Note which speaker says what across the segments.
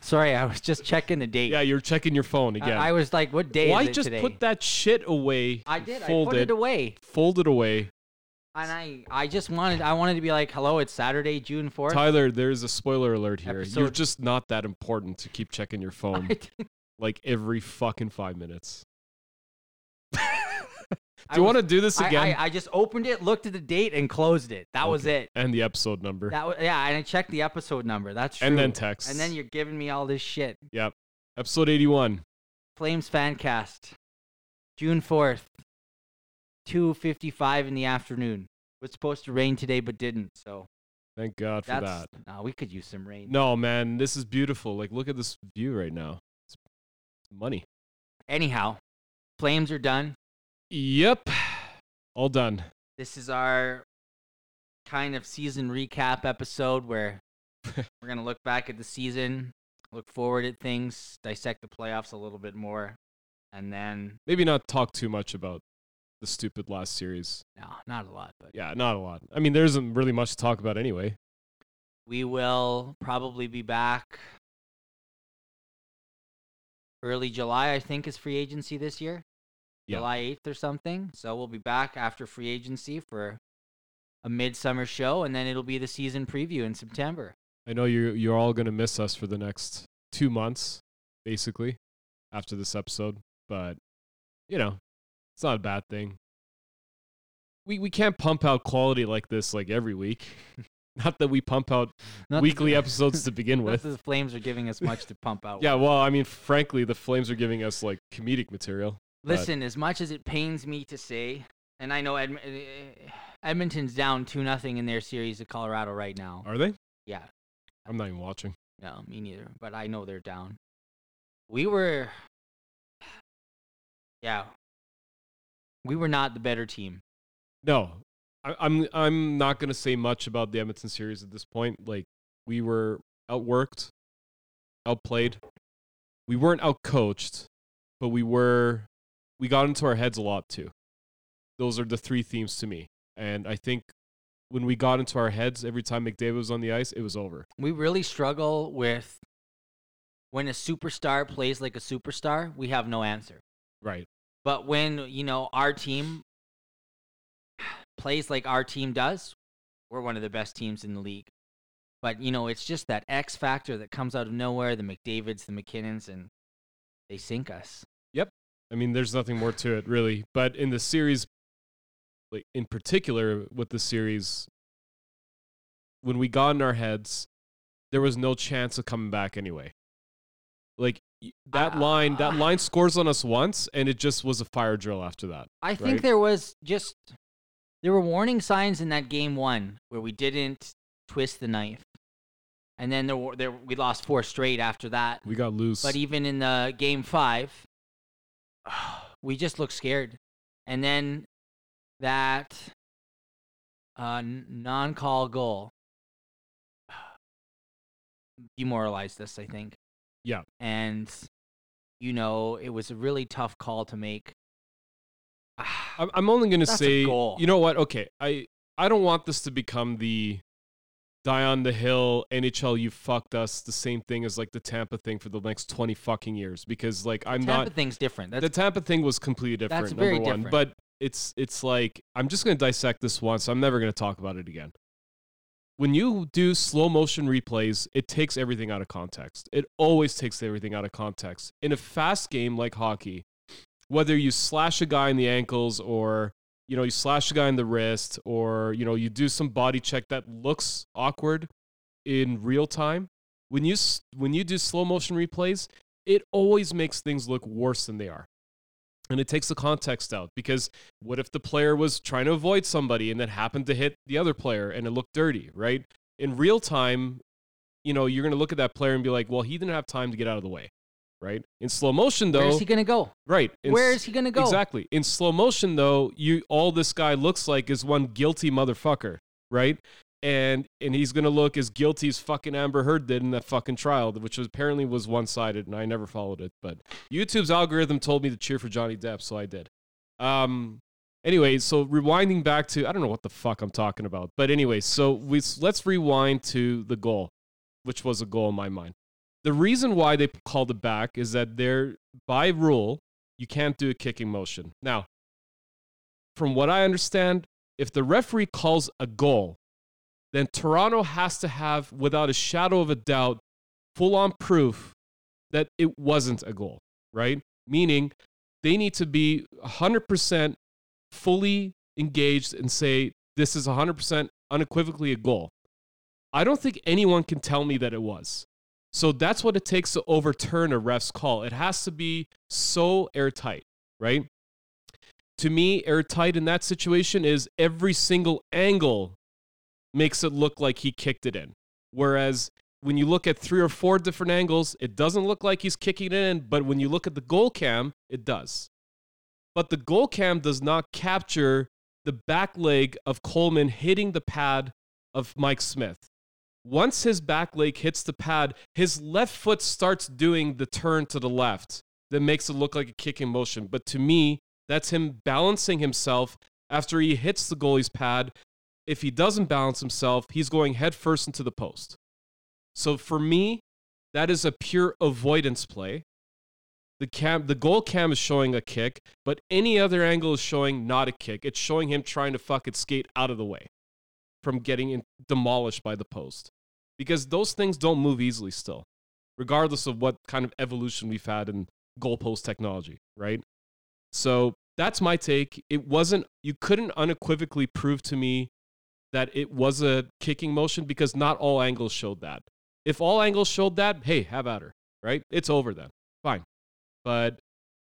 Speaker 1: Sorry, I was just checking the date.
Speaker 2: Yeah, you're checking your phone
Speaker 1: I-
Speaker 2: again.
Speaker 1: I was like, what day
Speaker 2: Why
Speaker 1: is it
Speaker 2: just
Speaker 1: today?
Speaker 2: put that shit away?
Speaker 1: I did.
Speaker 2: Fold
Speaker 1: I put it away,
Speaker 2: Fold it away.
Speaker 1: and I I just wanted I wanted to be like, hello, it's Saturday, June fourth.
Speaker 2: Tyler, there's a spoiler alert here. You're
Speaker 1: Episode-
Speaker 2: just not that important to keep checking your phone like every fucking five minutes. Do you want to do this
Speaker 1: I,
Speaker 2: again?
Speaker 1: I, I just opened it, looked at the date, and closed it. That was
Speaker 2: Okay.
Speaker 1: it.
Speaker 2: and the episode number.
Speaker 1: That was yeah, and I checked the episode number. That's true.
Speaker 2: and then text.
Speaker 1: and then you're giving me all this shit.
Speaker 2: episode 81.
Speaker 1: Flames Fancast, June 4th, 2.55 in the afternoon. It was supposed to rain today, but didn't, so
Speaker 2: Thank God for
Speaker 1: that's...
Speaker 2: that.
Speaker 1: Nah, we could use some rain.
Speaker 2: No, man, this is beautiful. Like, look at this view right now. It's money.
Speaker 1: Anyhow, Flames are done.
Speaker 2: Yep. All done.
Speaker 1: This is our kind of season recap episode where we're going to look back at the season, look forward at things, dissect the playoffs a little bit more, and then,
Speaker 2: Maybe not talk too much about the stupid last series.
Speaker 1: no, not a lot, but
Speaker 2: Yeah, not a lot. I mean, there isn't really much to talk about anyway.
Speaker 1: we will probably be back early July, I think, is free agency this year.
Speaker 2: Yeah.
Speaker 1: July 8th or something. So we'll be back after free agency for a midsummer show, and then it'll be the season preview in September.
Speaker 2: I know you're, you're all going to miss us for the next two months, basically, after this episode. But, you know, it's not a bad thing. We, we can't pump out quality like this like every week. not that we pump out
Speaker 1: Not that
Speaker 2: weekly
Speaker 1: the-
Speaker 2: episodes to begin
Speaker 1: Not
Speaker 2: with.
Speaker 1: that the Flames are giving us much to pump out.
Speaker 2: Yeah, well, I mean, frankly, the Flames are giving us like comedic material.
Speaker 1: Listen, as much as it pains me to say, and I know Edm- eh, Edmonton's down 2 nothing in their series to Colorado right now.
Speaker 2: Are they?
Speaker 1: Yeah.
Speaker 2: I'm not even watching.
Speaker 1: No, me neither. But I know they're down. We were, yeah, we were not the better team.
Speaker 2: No, I, I'm. I'm not gonna say much about the Edmonton series at this point. Like we were outworked, outplayed. We weren't outcoached, but we were. We got into our heads a lot too. Those are the three themes to me, and I think when we got into our heads every time McDavid was on the ice, it was over.
Speaker 1: We really struggle with when a superstar plays like a superstar. We have no answer.
Speaker 2: Right.
Speaker 1: But when you know our team plays like our team does, we're one of the best teams in the league. But you know, it's just that X factor that comes out of nowhere. The McDavid's, the McKinnons, and they sink us.
Speaker 2: I mean, there's nothing more to it, really. But in the series, like in particular with the series, when we got in our heads, there was no chance of coming back anyway. Like y- that line, that
Speaker 1: Ah.
Speaker 2: line scores on us once, and it just was a fire drill after that.
Speaker 1: I think
Speaker 2: right?
Speaker 1: there was just there were warning signs in that game one where we didn't twist the knife, and then there were there we lost four straight after that.
Speaker 2: We got loose.
Speaker 1: But even in the game five, we just looked scared, and then that uh, n- non-call goal demoralized us. I think.
Speaker 2: Yeah.
Speaker 1: And you know it was a really tough call to make.
Speaker 2: I'm, I'm only going to
Speaker 1: That's a
Speaker 2: say,
Speaker 1: goal.
Speaker 2: you know what? Okay, I I don't want this to become the die on the hill NHL. You fucked us. The same thing as like the Tampa thing for the next twenty fucking years because like I'm
Speaker 1: Tampa
Speaker 2: not
Speaker 1: thing's different. That's
Speaker 2: the Tampa thing was completely different.
Speaker 1: That's
Speaker 2: number
Speaker 1: very
Speaker 2: one,
Speaker 1: different.
Speaker 2: but it's it's like I'm just going to dissect this once. I'm never going to talk about it again. When you do slow motion replays, it takes everything out of context. It always takes everything out of context. In a fast game like hockey, whether you slash a guy in the ankles or you know you slash a guy in the wrist or you know you do some body check that looks awkward in real time, when you s- when you do slow motion replays, it always makes things look worse than they are and it takes the context out because what if the player was trying to avoid somebody and then happened to hit the other player and it looked dirty right in real time you know you're going to look at that player and be like well he didn't have time to get out of the way right in slow motion though
Speaker 1: Where's he gonna go?
Speaker 2: right in
Speaker 1: Where
Speaker 2: s-
Speaker 1: is he gonna go?
Speaker 2: Exactly. In slow motion, though, you all this guy looks like is one guilty motherfucker, right? And and he's gonna look as guilty as fucking Amber Heard did in that fucking trial, which was, apparently was one sided, and I never followed it. But YouTube's algorithm told me to cheer for Johnny Depp, so I did. Um. Anyway, so rewinding back to I don't know what the fuck I'm talking about, but anyway, so we let's rewind to the goal, which was a goal in my mind. The reason why they called it back is that they're by rule you can't do a kicking motion. Now, from what I understand, if the referee calls a goal, then Toronto has to have, without a shadow of a doubt, full on proof that it wasn't a goal, right? Meaning they need to be 100% fully engaged and say, this is 100% unequivocally a goal. I don't think anyone can tell me that it was. So that's what it takes to overturn a ref's call. It has to be so airtight, right? To me, airtight in that situation is every single angle makes it look like he kicked it in. Whereas when you look at three or four different angles, it doesn't look like he's kicking it in, but when you look at the goal cam, it does. But the goal cam does not capture the back leg of Coleman hitting the pad of Mike Smith. Once his back leg hits the pad, his left foot starts doing the turn to the left that makes it look like a kicking motion. But to me, that's him balancing himself after he hits the goalie's pad. If he doesn't balance himself, he's going headfirst into the post. So for me, that is a pure avoidance play. The cam, the goal cam is showing a kick, but any other angle is showing not a kick. It's showing him trying to fucking skate out of the way from getting in, demolished by the post, because those things don't move easily still, regardless of what kind of evolution we've had in goalpost technology, right? So that's my take. It wasn't. You couldn't unequivocally prove to me that it was a kicking motion because not all angles showed that. If all angles showed that, hey, have at her, right? It's over then. Fine. But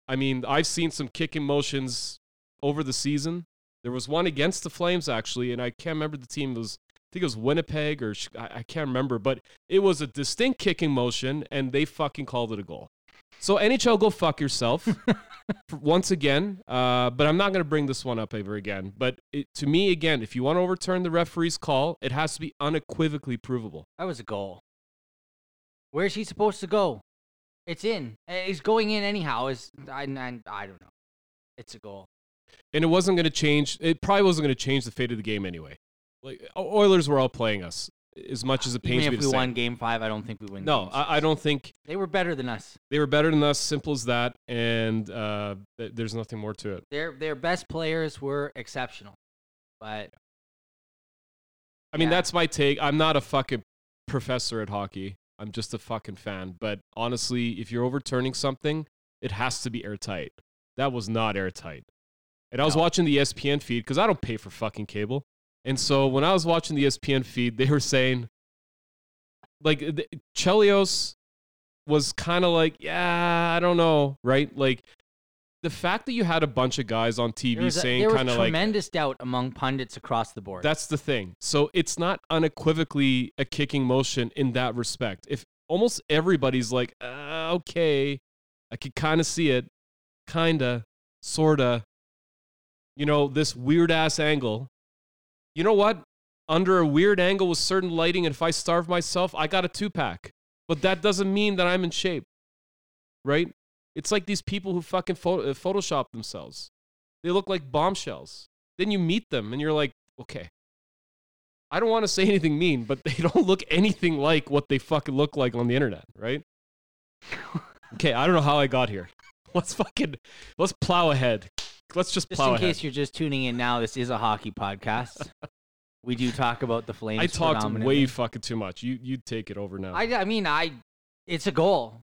Speaker 2: I mean, I've seen some kicking motions over the season. There was one against the Flames actually, and I can't remember the team. It was I think it was Winnipeg or Ch- I I can't remember, but it was a distinct kicking motion, and they fucking called it a goal. So NHL, go fuck yourself for- once again. Uh, but I'm not going to bring this one up ever again. But it, to me, again, if you want to overturn the referee's call, it has to be unequivocally provable.
Speaker 1: That was a goal. Where is he supposed to go? It's in. Eh, He's going in anyhow. Is I, I, I don't know. It's a goal.
Speaker 2: and it wasn't going to change. It probably wasn't going to change the fate of the game anyway. Like O- Oilers were all playing us as much as it pains
Speaker 1: Even
Speaker 2: me
Speaker 1: if
Speaker 2: to
Speaker 1: we
Speaker 2: say.
Speaker 1: won Game Five, I don't think we win.
Speaker 2: no,
Speaker 1: games.
Speaker 2: I, I don't think
Speaker 1: they were better than us.
Speaker 2: they were better than us. Simple as that. And uh, th- there's nothing more to it.
Speaker 1: Their their best players were exceptional, but
Speaker 2: I mean,
Speaker 1: Yeah.
Speaker 2: that's my take. I'm not a fucking professor at hockey. I'm just a fucking fan. But honestly, if you're overturning something, it has to be airtight. That was not airtight. And I was
Speaker 1: No.
Speaker 2: watching the E ESPN feed because I don't pay for fucking cable. And so when I was watching the E ESPN feed, they were saying, like, the- Chelios was kind of like, yeah, I don't know, right? Like, the fact that you had a bunch of guys on TV
Speaker 1: there was, a-
Speaker 2: saying
Speaker 1: there was
Speaker 2: kind of like,
Speaker 1: tremendous doubt among pundits across the board.
Speaker 2: that's the thing. So it's not unequivocally a kicking motion in that respect. If almost everybody's like, uh, okay, I could kind of see it, kinda, sorta, you know, this weird ass angle. You know what? Under a weird angle with certain lighting, and if I starve myself, I got a two pack. But that doesn't mean that I'm in shape, right? It's like these people who fucking photo- uh, Photoshop themselves. They look like bombshells. Then you meet them and you're like, okay. I don't want to say anything mean, but they don't look anything like what they fucking look like on the internet, right? okay, I don't know how I got here. Let's fucking let's plow ahead. Let's just
Speaker 1: just
Speaker 2: plow
Speaker 1: in
Speaker 2: ahead.
Speaker 1: case you're just tuning in now, this is a hockey podcast. we do talk about the Flames.
Speaker 2: I talked way
Speaker 1: predominantly.
Speaker 2: fucking too much. You you take it over now.
Speaker 1: I, I mean, I, it's a goal.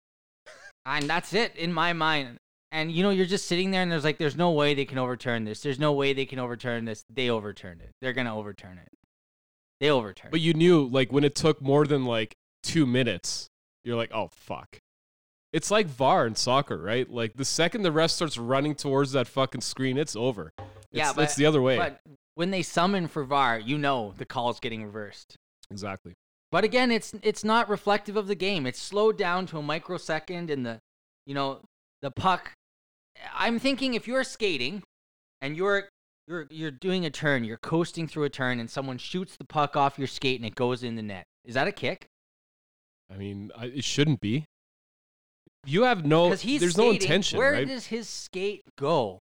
Speaker 1: and that's it in my mind. And, you know, you're just sitting there and there's like, there's no way they can overturn this. There's no way they can overturn this. They overturned it. They're going to overturn it. They overturned
Speaker 2: but
Speaker 1: it.
Speaker 2: you knew like when it took more than like two minutes, you're like, oh fuck. It's like VAR in soccer, right? Like the second the ref starts running towards that fucking screen, it's over. It's,
Speaker 1: Yeah, but-
Speaker 2: it's the other way.
Speaker 1: But when they summon for VAR, you know the call's getting reversed.
Speaker 2: exactly.
Speaker 1: But again, it's it's not reflective of the game. It's slowed down to a microsecond and the you know, the puck I'm thinking if you're skating and you're you're you're doing a turn, you're coasting through a turn and someone shoots the puck off your skate and it goes in the net. Is that a kick?
Speaker 2: I mean, I, it shouldn't be. You have no.
Speaker 1: Because
Speaker 2: There's
Speaker 1: he's
Speaker 2: no
Speaker 1: skating.
Speaker 2: intention,
Speaker 1: Where
Speaker 2: right?
Speaker 1: does his skate go?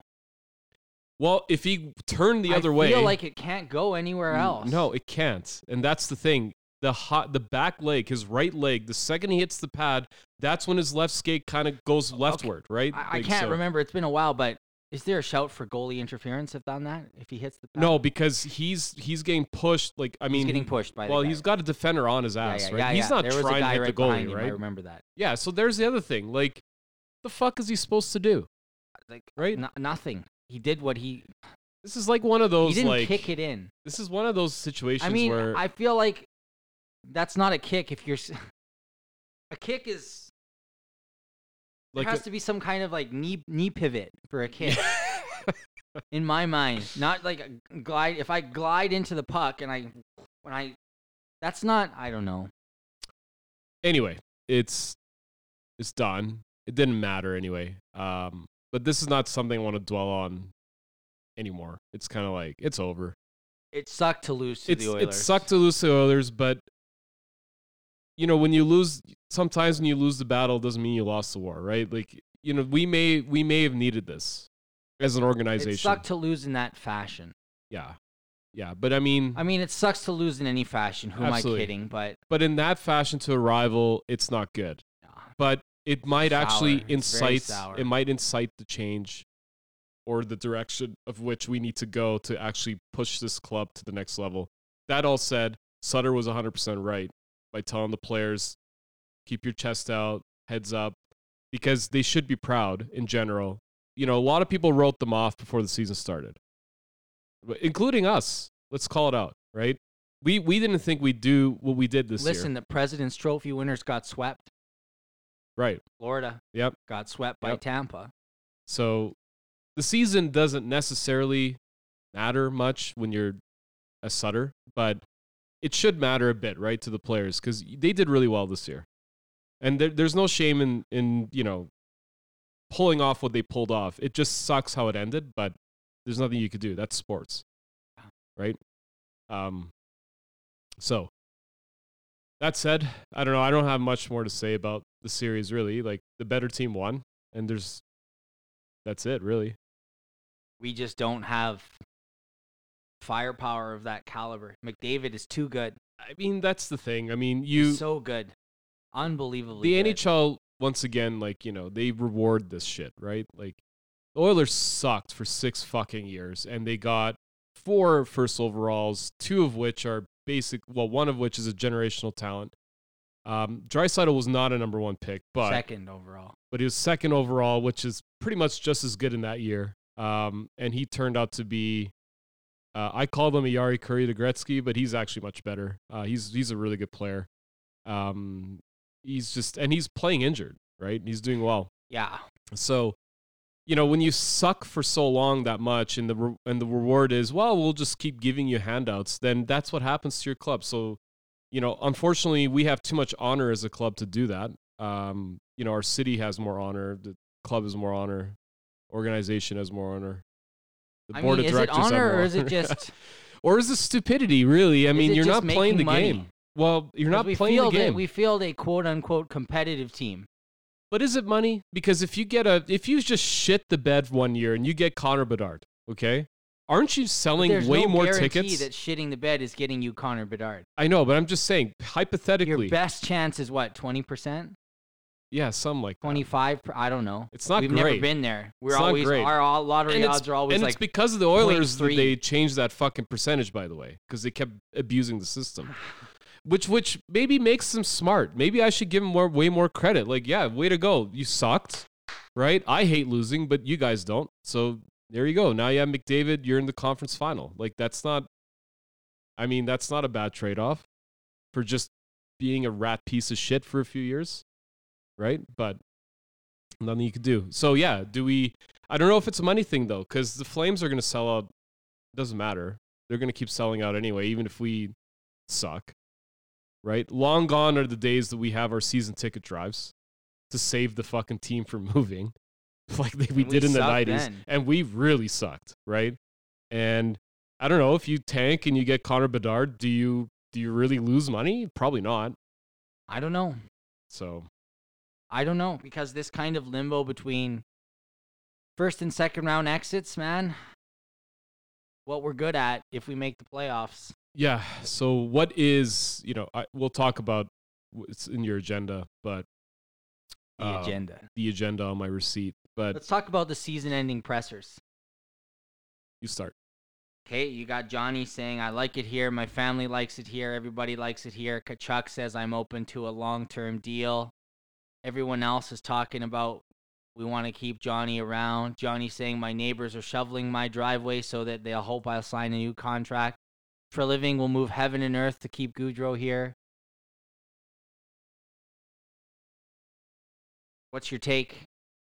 Speaker 2: well, if he turned the
Speaker 1: I
Speaker 2: other way,
Speaker 1: feel like it can't go anywhere
Speaker 2: n-
Speaker 1: else.
Speaker 2: No, it can't, and that's the thing. the hot the back leg, his right leg, the second he hits the pad, that's when his left skate kind of goes leftward, right?
Speaker 1: I, I
Speaker 2: Like,
Speaker 1: can't
Speaker 2: so-
Speaker 1: remember. It's been a while, but is there a shout for goalie interference if on that? If he hits the pad?
Speaker 2: No, because he's he's getting pushed. Like I
Speaker 1: Oh. he's
Speaker 2: mean,
Speaker 1: getting pushed by.
Speaker 2: well,
Speaker 1: the guy.
Speaker 2: he's got a defender on his
Speaker 1: Yeah,
Speaker 2: ass,
Speaker 1: yeah,
Speaker 2: right?
Speaker 1: yeah,
Speaker 2: he's
Speaker 1: yeah.
Speaker 2: not
Speaker 1: there was a
Speaker 2: trying to
Speaker 1: guy
Speaker 2: hit
Speaker 1: right
Speaker 2: the goalie,
Speaker 1: behind him, I
Speaker 2: right?
Speaker 1: remember that.
Speaker 2: Yeah. So there's the other thing. Like, the fuck is he supposed to do?
Speaker 1: Like
Speaker 2: Right?
Speaker 1: no- nothing. He did what he.
Speaker 2: This is like one of those
Speaker 1: He didn't
Speaker 2: like
Speaker 1: kick it in.
Speaker 2: this is one of those situations
Speaker 1: I mean,
Speaker 2: where
Speaker 1: I feel like that's not a kick. If you're s- a kick is
Speaker 2: like
Speaker 1: there has to be some kind of like knee knee pivot for a kick. in my mind, not like a glide. If I glide into the puck and I when I that's not. I don't know.
Speaker 2: anyway, it's it's done. It didn't matter anyway. Um, but this is not something I want to dwell on anymore. It's kind of like it's over.
Speaker 1: It sucked to lose to
Speaker 2: it's
Speaker 1: the Oilers.
Speaker 2: it sucked to lose to the Oilers, but you know when you lose, sometimes when you lose the battle doesn't mean you lost the war, right? Like you know we may we may have needed this as an organization.
Speaker 1: It sucked to lose in that fashion.
Speaker 2: yeah, yeah. But I mean,
Speaker 1: I mean, it sucks to lose in any fashion. Who
Speaker 2: Absolutely.
Speaker 1: am I kidding? But
Speaker 2: but in that fashion to a rival, it's not good.
Speaker 1: nah.
Speaker 2: but it might
Speaker 1: Sour.
Speaker 2: actually
Speaker 1: It's very
Speaker 2: incite
Speaker 1: sour.
Speaker 2: it might incite the change or the direction of which we need to go to actually push this club to the next level. That all said, Sutter was 100% right by telling the players keep your chest out, heads up because they should be proud in general. You know, a lot of people wrote them off before the season started. But including us. Let's call it out, right? We we didn't think we'd do what we did this
Speaker 1: listen,
Speaker 2: year.
Speaker 1: the President's Trophy winners got swept.
Speaker 2: Right.
Speaker 1: Florida
Speaker 2: Yep.
Speaker 1: got swept by
Speaker 2: Yep.
Speaker 1: Tampa.
Speaker 2: So the season doesn't necessarily matter much when you're a Sutter, but it should matter a bit, right, to the players because they did really well this year, and there, there's no shame in in you know pulling off what they pulled off. It just sucks how it ended, but there's nothing you could do. That's sports, right? Um, so that said, I don't know. I don't have much more to say about the series really. Like the better team won, and there's that's it really
Speaker 1: We just don't have firepower of that caliber. McDavid is too good.
Speaker 2: i mean that's the thing i mean you
Speaker 1: He's so good. Unbelievably
Speaker 2: the
Speaker 1: good.
Speaker 2: nhl once again like you know they reward this shit right like the oilers sucked for six fucking years and they got four first overalls two of which are basic well one of which is a generational talent um drysdale was not a number one pick but
Speaker 1: second overall.
Speaker 2: but he was second overall, which is pretty much just as good in that year. Um, and he turned out to be, uh, I called him a Yari Curry to Gretzky, but he's actually much better. Uh, he's he's a really good player. Um, he's just and he's playing injured, right? He's doing well.
Speaker 1: Yeah.
Speaker 2: So, you know, when you suck for so long that much, and the re- and the reward is well, we'll just keep giving you handouts. Then that's what happens to your club. So, you know, unfortunately, we have too much honor as a club to do that. Um, you know, our city has more honor. The club has more honor. Organization has more honor. The
Speaker 1: I
Speaker 2: board
Speaker 1: mean,
Speaker 2: of
Speaker 1: is it
Speaker 2: directors have
Speaker 1: honor
Speaker 2: more
Speaker 1: or is it
Speaker 2: honor.
Speaker 1: just?
Speaker 2: or is it stupidity? Really, I
Speaker 1: is
Speaker 2: mean,
Speaker 1: it
Speaker 2: you're
Speaker 1: just
Speaker 2: not playing
Speaker 1: making
Speaker 2: the
Speaker 1: money?
Speaker 2: game. Well, you're
Speaker 1: 'Cause
Speaker 2: not
Speaker 1: we
Speaker 2: playing the
Speaker 1: field a-
Speaker 2: game.
Speaker 1: we field a quote unquote competitive team.
Speaker 2: But is it money? Because if you get a if you just shit the bed one year and you get Connor Bedard, okay, aren't you
Speaker 1: But
Speaker 2: selling
Speaker 1: There's
Speaker 2: way
Speaker 1: no
Speaker 2: more
Speaker 1: guarantee
Speaker 2: tickets?
Speaker 1: that shitting the bed is getting you Connor Bedard.
Speaker 2: I know, but I'm just saying
Speaker 1: Your
Speaker 2: hypothetically.
Speaker 1: best chance is what twenty percent.
Speaker 2: yeah, some like that.
Speaker 1: 25 per, i don't know
Speaker 2: It's not
Speaker 1: we've never
Speaker 2: great.
Speaker 1: been there we're
Speaker 2: It's not
Speaker 1: always
Speaker 2: great.
Speaker 1: our all- lottery
Speaker 2: And it's-
Speaker 1: odds are always
Speaker 2: and
Speaker 1: like
Speaker 2: it's because of the Oilers that
Speaker 1: 0.3.
Speaker 2: they changed that fucking percentage, by the way, because they kept abusing the system, which which maybe makes them smart. Maybe I should give them more way more credit. Like, yeah, way to go, you sucked, right? I hate losing, but you guys don't. So there you go. Now you have McDavid. You're in the conference final. Like that's not. I mean, that's not a bad trade off for just being a rat piece of shit for a few years, right? But nothing you could do. So yeah, do we? I don't know if it's a money thing though, because the Flames are going to sell out. Doesn't matter. They're going to keep selling out anyway, even if we suck, right? Long gone are the days that we have our season ticket drives to save the fucking team from moving, like they, we
Speaker 1: And we
Speaker 2: did in the
Speaker 1: sucked
Speaker 2: nineties,
Speaker 1: then.
Speaker 2: and we really sucked, right? And I don't know if you tank and you get Connor Bedard, do you do you really lose money? Probably not.
Speaker 1: i don't know
Speaker 2: So
Speaker 1: i don't know because this kind of limbo between first and second round exits man what we're good at if we make the playoffs
Speaker 2: yeah. So what is you know? I, we'll talk about what's in your agenda, but
Speaker 1: The
Speaker 2: uh,
Speaker 1: agenda.
Speaker 2: the agenda on my receipt. But
Speaker 1: Let's talk about the season-ending pressers.
Speaker 2: you start.
Speaker 1: Okay, you got Johnny saying, I like it here. My family likes it here. Everybody likes it here. Kachuk says, I'm open to a long term deal. Everyone else is talking about, we want to keep Johnny around. Johnny saying, My neighbors are shoveling my driveway so that they'll hope I'll sign a new contract. For living, will move heaven and earth to keep Goudreau here. What's your take?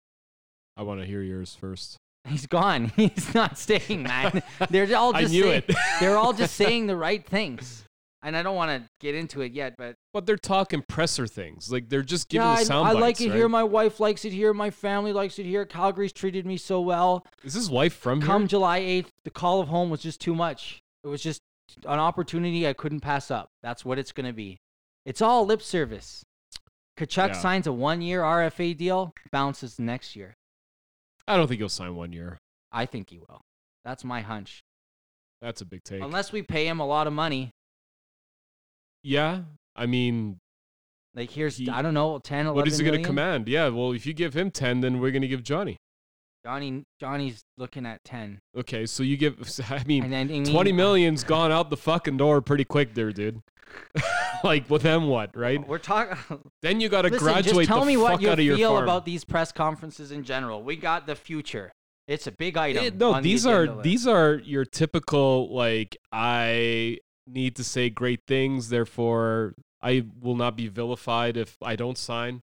Speaker 2: I want to hear yours first.
Speaker 1: He's gone. He's not staying, man. They're all
Speaker 2: I
Speaker 1: just
Speaker 2: knew
Speaker 1: saying-
Speaker 2: it.
Speaker 1: they're all just saying the right things. And I don't want to get into it yet, but
Speaker 2: but they're talking presser things. Like they're just giving
Speaker 1: yeah,
Speaker 2: the sound
Speaker 1: I, I like
Speaker 2: bites,
Speaker 1: it
Speaker 2: right?
Speaker 1: here. My wife likes it here. My family likes it here. Calgary's treated me so well.
Speaker 2: Is his wife from
Speaker 1: Come
Speaker 2: here?
Speaker 1: July 8th, the call of home was just too much. It was just an opportunity I couldn't pass up. That's what it's going to be. It's all lip service. Kachuk
Speaker 2: Yeah.
Speaker 1: signs a one year RFA deal, bounces next year.
Speaker 2: I don't think he'll sign one year.
Speaker 1: I think he will. That's my hunch.
Speaker 2: That's a big take.
Speaker 1: Unless we pay him a lot of money.
Speaker 2: yeah, I mean,
Speaker 1: Like, here's,
Speaker 2: He-
Speaker 1: I don't know, 10, 11
Speaker 2: what is he going to
Speaker 1: million?
Speaker 2: command? Yeah, well, if you give him ten, then we're going to give Johnny.
Speaker 1: Johnny Johnny's looking at ten.
Speaker 2: Okay, so you give. I mean,
Speaker 1: And then I
Speaker 2: twenty
Speaker 1: mean,
Speaker 2: million's gone out the fucking door pretty quick, there, dude. like, well, then what, right?
Speaker 1: We're talking.
Speaker 2: Then you got to
Speaker 1: Listen,
Speaker 2: graduate
Speaker 1: just tell
Speaker 2: the
Speaker 1: me
Speaker 2: fuck
Speaker 1: what you
Speaker 2: out of your
Speaker 1: feel
Speaker 2: farm.
Speaker 1: about these press conferences in general. We got the future. It's a big item.
Speaker 2: Eh, no,
Speaker 1: on the
Speaker 2: these are
Speaker 1: agenda list.
Speaker 2: these are your typical like I need to say great things, therefore I will not be vilified if I don't sign.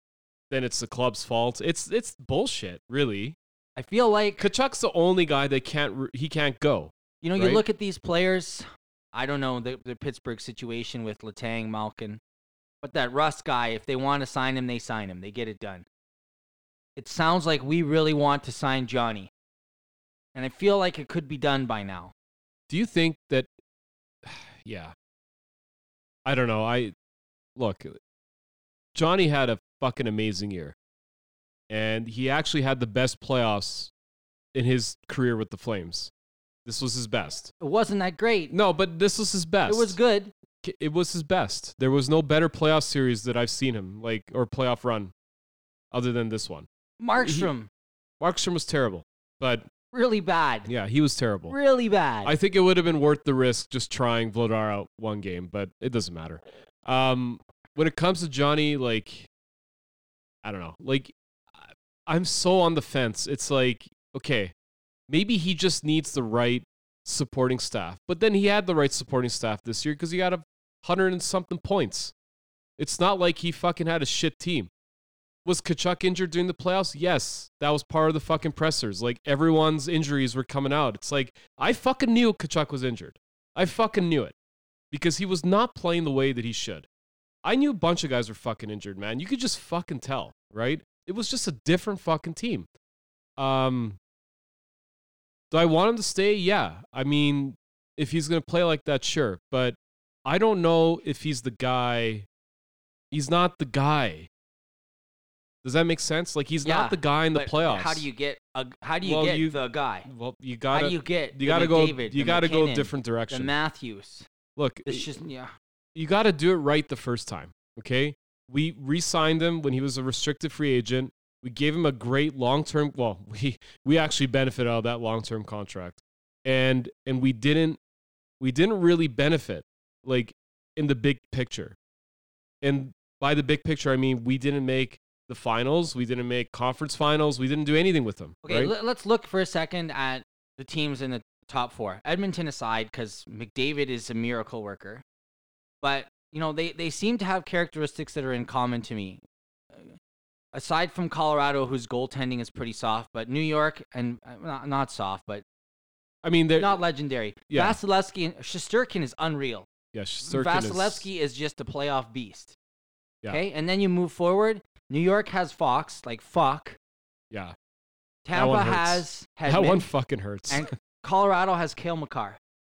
Speaker 2: Then it's the club's fault. It's it's bullshit, really.
Speaker 1: I feel like
Speaker 2: Kachuk's the only guy that can't re- he can't go.
Speaker 1: you know you
Speaker 2: right?
Speaker 1: look at these players. I don't know the, the Pittsburgh situation with Latang Malkin, but that Russ guy. If they want to sign him, they sign him. They get it done. It sounds like we really want to sign Johnny, and I feel like it could be done by now.
Speaker 2: Do you think that? Yeah, I don't know. I look, Johnny had a fucking amazing year, and he actually had the best playoffs in his career with the Flames. This was his best.
Speaker 1: It wasn't that great.
Speaker 2: No, but this was his best.
Speaker 1: It was good.
Speaker 2: K- It was his best. There was no better playoff series that I've seen him like or playoff run, other than this one.
Speaker 1: Markstrom,
Speaker 2: Markstrom was terrible, but
Speaker 1: really bad.
Speaker 2: yeah, he was terrible.
Speaker 1: Really bad.
Speaker 2: I think it would have been worth the risk just trying Vladar out one game, but it doesn't matter. Um, when it comes to Johnny, like, I don't know. Like, I- I'm so on the fence. It's like, okay, maybe he just needs the right supporting staff. But then he had the right supporting staff this year because he got a hundred and something points. It's not like he fucking had a shit team. Was Kachuk injured during the playoffs? Yes. That was part of the fucking pressers. Like everyone's injuries were coming out. It's like I fucking knew Kachuk was injured. I fucking knew it. Because he was not playing the way that he should. I knew a bunch of guys were fucking injured, man. You could just fucking tell, right? It was just a different fucking team. Um Do I want him to stay? Yeah. I mean, if he's gonna play like that, sure. But I don't know if he's the guy he's not the guy. Does that make sense? Like he's
Speaker 1: Yeah,
Speaker 2: not the guy in the
Speaker 1: But
Speaker 2: playoffs.
Speaker 1: How do you get a? How do you
Speaker 2: Well,
Speaker 1: get
Speaker 2: you-
Speaker 1: the guy?
Speaker 2: Well, you
Speaker 1: How
Speaker 2: gotta
Speaker 1: do you get?
Speaker 2: you
Speaker 1: the
Speaker 2: gotta go
Speaker 1: McDavid, the
Speaker 2: you gotta go
Speaker 1: McKinnon,
Speaker 2: a different
Speaker 1: The
Speaker 2: direction
Speaker 1: Matthews.
Speaker 2: look
Speaker 1: It's just yeah.
Speaker 2: you gotta do it right the first time okay we re-signed him when he was a restricted free agent we gave him a great long-term well we we actually benefit out of that long-term contract and and we didn't we didn't really benefit like in the big picture and by the big picture i mean we didn't make the finals we didn't make conference finals we didn't do anything with them
Speaker 1: Okay,
Speaker 2: right?
Speaker 1: let- let's look for a second at the teams in the top four. Edmonton aside, because McDavid is a miracle worker, but you know they they seem to have characteristics that are in common to me. Uh, Aside from Colorado, whose goaltending is pretty soft, but New York and uh, not, not soft, but
Speaker 2: i mean they're
Speaker 1: not legendary.
Speaker 2: Yeah.
Speaker 1: Vasilevsky and Shosturkin is unreal.
Speaker 2: yeah Shesterkin is-
Speaker 1: Vasilevsky is, just a playoff beast.
Speaker 2: Yeah.
Speaker 1: Okay, and then you move forward. New York has Fox, like fuck.
Speaker 2: yeah
Speaker 1: Tampa
Speaker 2: one hurts.
Speaker 1: has Hedman,
Speaker 2: that one fucking hurts
Speaker 1: and Colorado has Kale McCarr.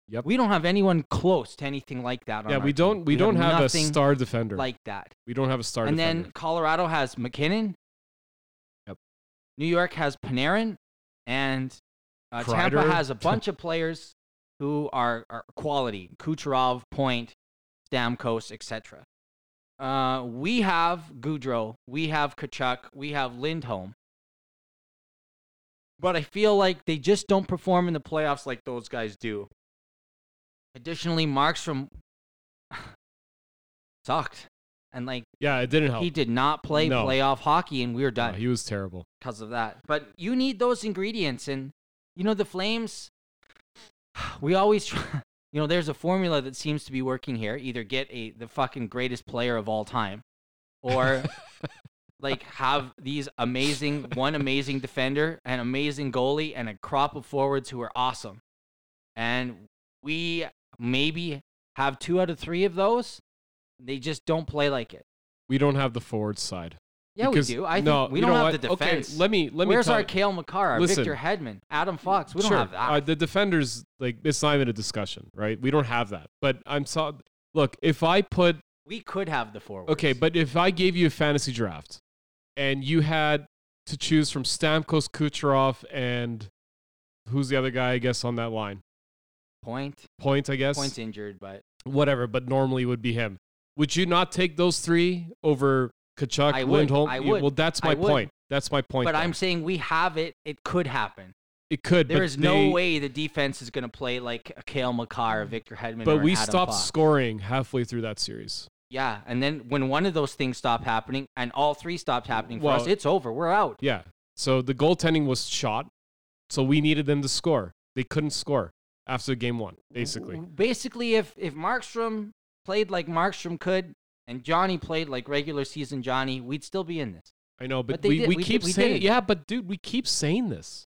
Speaker 2: Yep.
Speaker 1: We don't have anyone close to anything like that. On
Speaker 2: Yeah,
Speaker 1: our
Speaker 2: we don't
Speaker 1: team.
Speaker 2: we, don't have, a
Speaker 1: nothing
Speaker 2: star defender.
Speaker 1: like that.
Speaker 2: we don't have a star
Speaker 1: and
Speaker 2: defender.
Speaker 1: then Colorado has McKinnon.
Speaker 2: Yep.
Speaker 1: New York has Panarin, and uh,
Speaker 2: Kreider.
Speaker 1: Tampa has a bunch of players who are, are quality Kucherov, Point, Stamkos, etc. Uh, we have Goudreau, we have Kachuk, we have Lindholm. But I feel like they just don't perform in the playoffs like those guys do. Additionally, Markstrom sucked. And like
Speaker 2: Yeah, it didn't help.
Speaker 1: he did not play
Speaker 2: No.
Speaker 1: playoff hockey and we were
Speaker 2: No,
Speaker 1: done
Speaker 2: he was terrible.
Speaker 1: because of that. But you need those ingredients, and you know the Flames. We always, try, you know, there's a formula that seems to be working here. Either get a the fucking greatest player of all time, or like have these amazing one amazing defender, an amazing goalie, and a crop of forwards who are awesome. And we maybe have two out of three of those. They just don't play like it.
Speaker 2: We don't have the forward side.
Speaker 1: Yeah,
Speaker 2: Because-
Speaker 1: we do. I think
Speaker 2: no,
Speaker 1: we
Speaker 2: you
Speaker 1: don't
Speaker 2: know
Speaker 1: have
Speaker 2: what?
Speaker 1: the defense.
Speaker 2: Okay, let me let me
Speaker 1: Where's
Speaker 2: tell
Speaker 1: our
Speaker 2: you-
Speaker 1: Kale McCarr,
Speaker 2: Listen.
Speaker 1: Victor Hedman, Adam Fox? We don't
Speaker 2: Sure.
Speaker 1: have that.
Speaker 2: Uh, the defenders, like, it's not even a discussion, right? We don't have that. But I'm so look. If I put
Speaker 1: we could have the forwards.
Speaker 2: okay, but if I gave you a fantasy draft, and you had to choose from Stamkos, Kucherov, and who's the other guy? I guess on that line,
Speaker 1: point
Speaker 2: Point. I guess
Speaker 1: points injured, but
Speaker 2: whatever. But normally would be him. Would you not take those three over Kachuk,
Speaker 1: I would.
Speaker 2: Lindholm?
Speaker 1: I
Speaker 2: You-
Speaker 1: would.
Speaker 2: Well, that's
Speaker 1: I
Speaker 2: my
Speaker 1: would.
Speaker 2: point. That's my point.
Speaker 1: but
Speaker 2: though.
Speaker 1: I'm saying we have it. It could happen.
Speaker 2: it could.
Speaker 1: There
Speaker 2: but
Speaker 1: is
Speaker 2: they-
Speaker 1: no way the defense is going to play like a Kale McCarr, a Victor Hedman, or
Speaker 2: But
Speaker 1: an
Speaker 2: we
Speaker 1: Adam
Speaker 2: stopped
Speaker 1: Fox.
Speaker 2: scoring halfway through that series.
Speaker 1: Yeah, and then when one of those things stop happening, and all three stopped happening for
Speaker 2: Well-
Speaker 1: us, it's over. We're out.
Speaker 2: Yeah. So the goaltending was shot. So we needed them to score. They couldn't score after game one, basically.
Speaker 1: Basically, if if Markstrom played like Markstrom could, and Johnny played like regular season Johnny, we'd still be in this.
Speaker 2: I know, but,
Speaker 1: But they
Speaker 2: we,
Speaker 1: did-
Speaker 2: we
Speaker 1: we
Speaker 2: keep
Speaker 1: did- we
Speaker 2: saying,
Speaker 1: did.
Speaker 2: yeah, but dude, we keep saying this.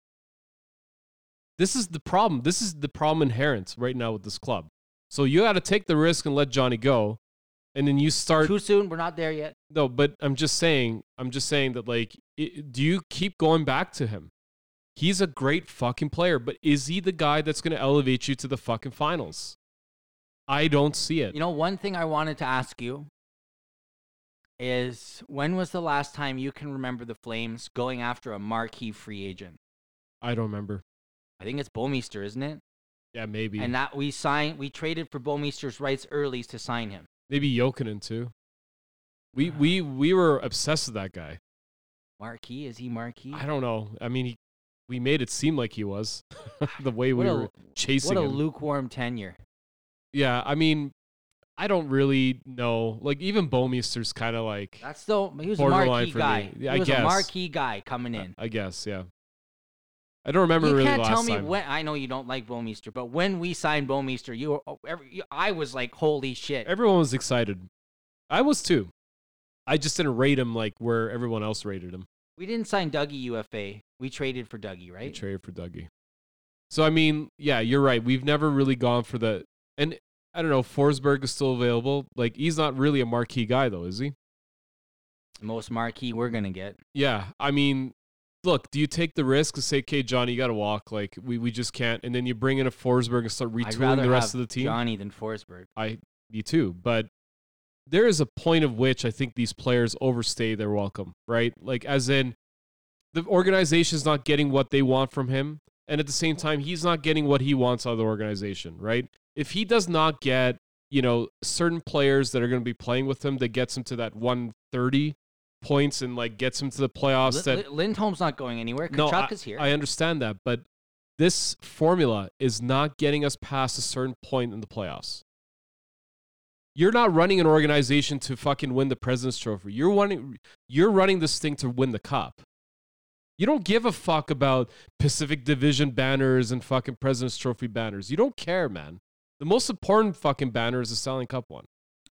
Speaker 2: This is the problem. This is the problem inherent right now with this club. So you got to take the risk and let Johnny go, and then you start.
Speaker 1: Too soon. We're not there yet.
Speaker 2: No, but I'm just saying. I'm just saying that like, i do you keep going back to him? He's a great fucking player, but is he the guy that's going to elevate you to the fucking finals? I don't see it.
Speaker 1: You know, one thing I wanted to ask you is when was the last time you can remember the Flames going after a marquee free agent?
Speaker 2: I don't remember.
Speaker 1: I think it's Bomeister, isn't it?
Speaker 2: Yeah, maybe.
Speaker 1: And that we signed, we traded for Bomeister's rights early to sign him.
Speaker 2: maybe Jokinen too. We we we were obsessed with that guy.
Speaker 1: Marquee? Is he marquee?
Speaker 2: I don't know. I mean, he, we made it seem like he was the way we
Speaker 1: Ah, What a-
Speaker 2: were chasing
Speaker 1: What a
Speaker 2: him.
Speaker 1: lukewarm tenure.
Speaker 2: yeah, I mean, I don't really know. Like even Bomeister's kind of like
Speaker 1: That's still, he was a
Speaker 2: Borderline
Speaker 1: marquee
Speaker 2: for
Speaker 1: guy.
Speaker 2: me. Yeah, I
Speaker 1: he was a
Speaker 2: guess.
Speaker 1: marquee guy coming in.
Speaker 2: I guess, yeah. I don't remember
Speaker 1: you
Speaker 2: really
Speaker 1: can't
Speaker 2: last
Speaker 1: tell me
Speaker 2: time.
Speaker 1: when, I know you don't like Bomeister, but when we signed Bomeister, you, were, oh, every, you I was like, holy shit.
Speaker 2: Everyone was excited. I was too. I just didn't rate him like where everyone else rated him.
Speaker 1: we didn't sign Dougie UFA. We traded for Dougie,
Speaker 2: He
Speaker 1: right?
Speaker 2: traded for Dougie. So I mean, yeah, you're right. We've never really gone for the and I don't know, Forsberg is still available. Like he's not really a marquee guy though, is he?
Speaker 1: the most marquee we're gonna get.
Speaker 2: Yeah. I mean, look, do you take the risk to say, okay, Johnny, you gotta walk, like we, we just can't and then you bring in a Forsberg and start
Speaker 1: I'd
Speaker 2: retooling
Speaker 1: rather
Speaker 2: the rest
Speaker 1: have
Speaker 2: of the team?
Speaker 1: Johnny than Forsberg.
Speaker 2: I me too, but there is a point of which I think these players overstay their welcome, right? Like as in the organization's not getting what they want from him, and at the same time he's not getting what he wants out of the organization, right? If he does not get, you know, certain players that are going to be playing with him that gets him to that 130 points and like gets him to the playoffs
Speaker 1: Li-
Speaker 2: that
Speaker 1: Li- Lindholm's not going anywhere.
Speaker 2: No,
Speaker 1: Kachuk is here.
Speaker 2: I understand that, but this formula is not getting us past a certain point in the playoffs. You're not running an organization to fucking win the President's Trophy. You're running, you're running this thing to win the cup. You don't give a fuck about Pacific Division banners and fucking President's Trophy banners. You don't care, man. The most important fucking banner is the Stanley Cup one,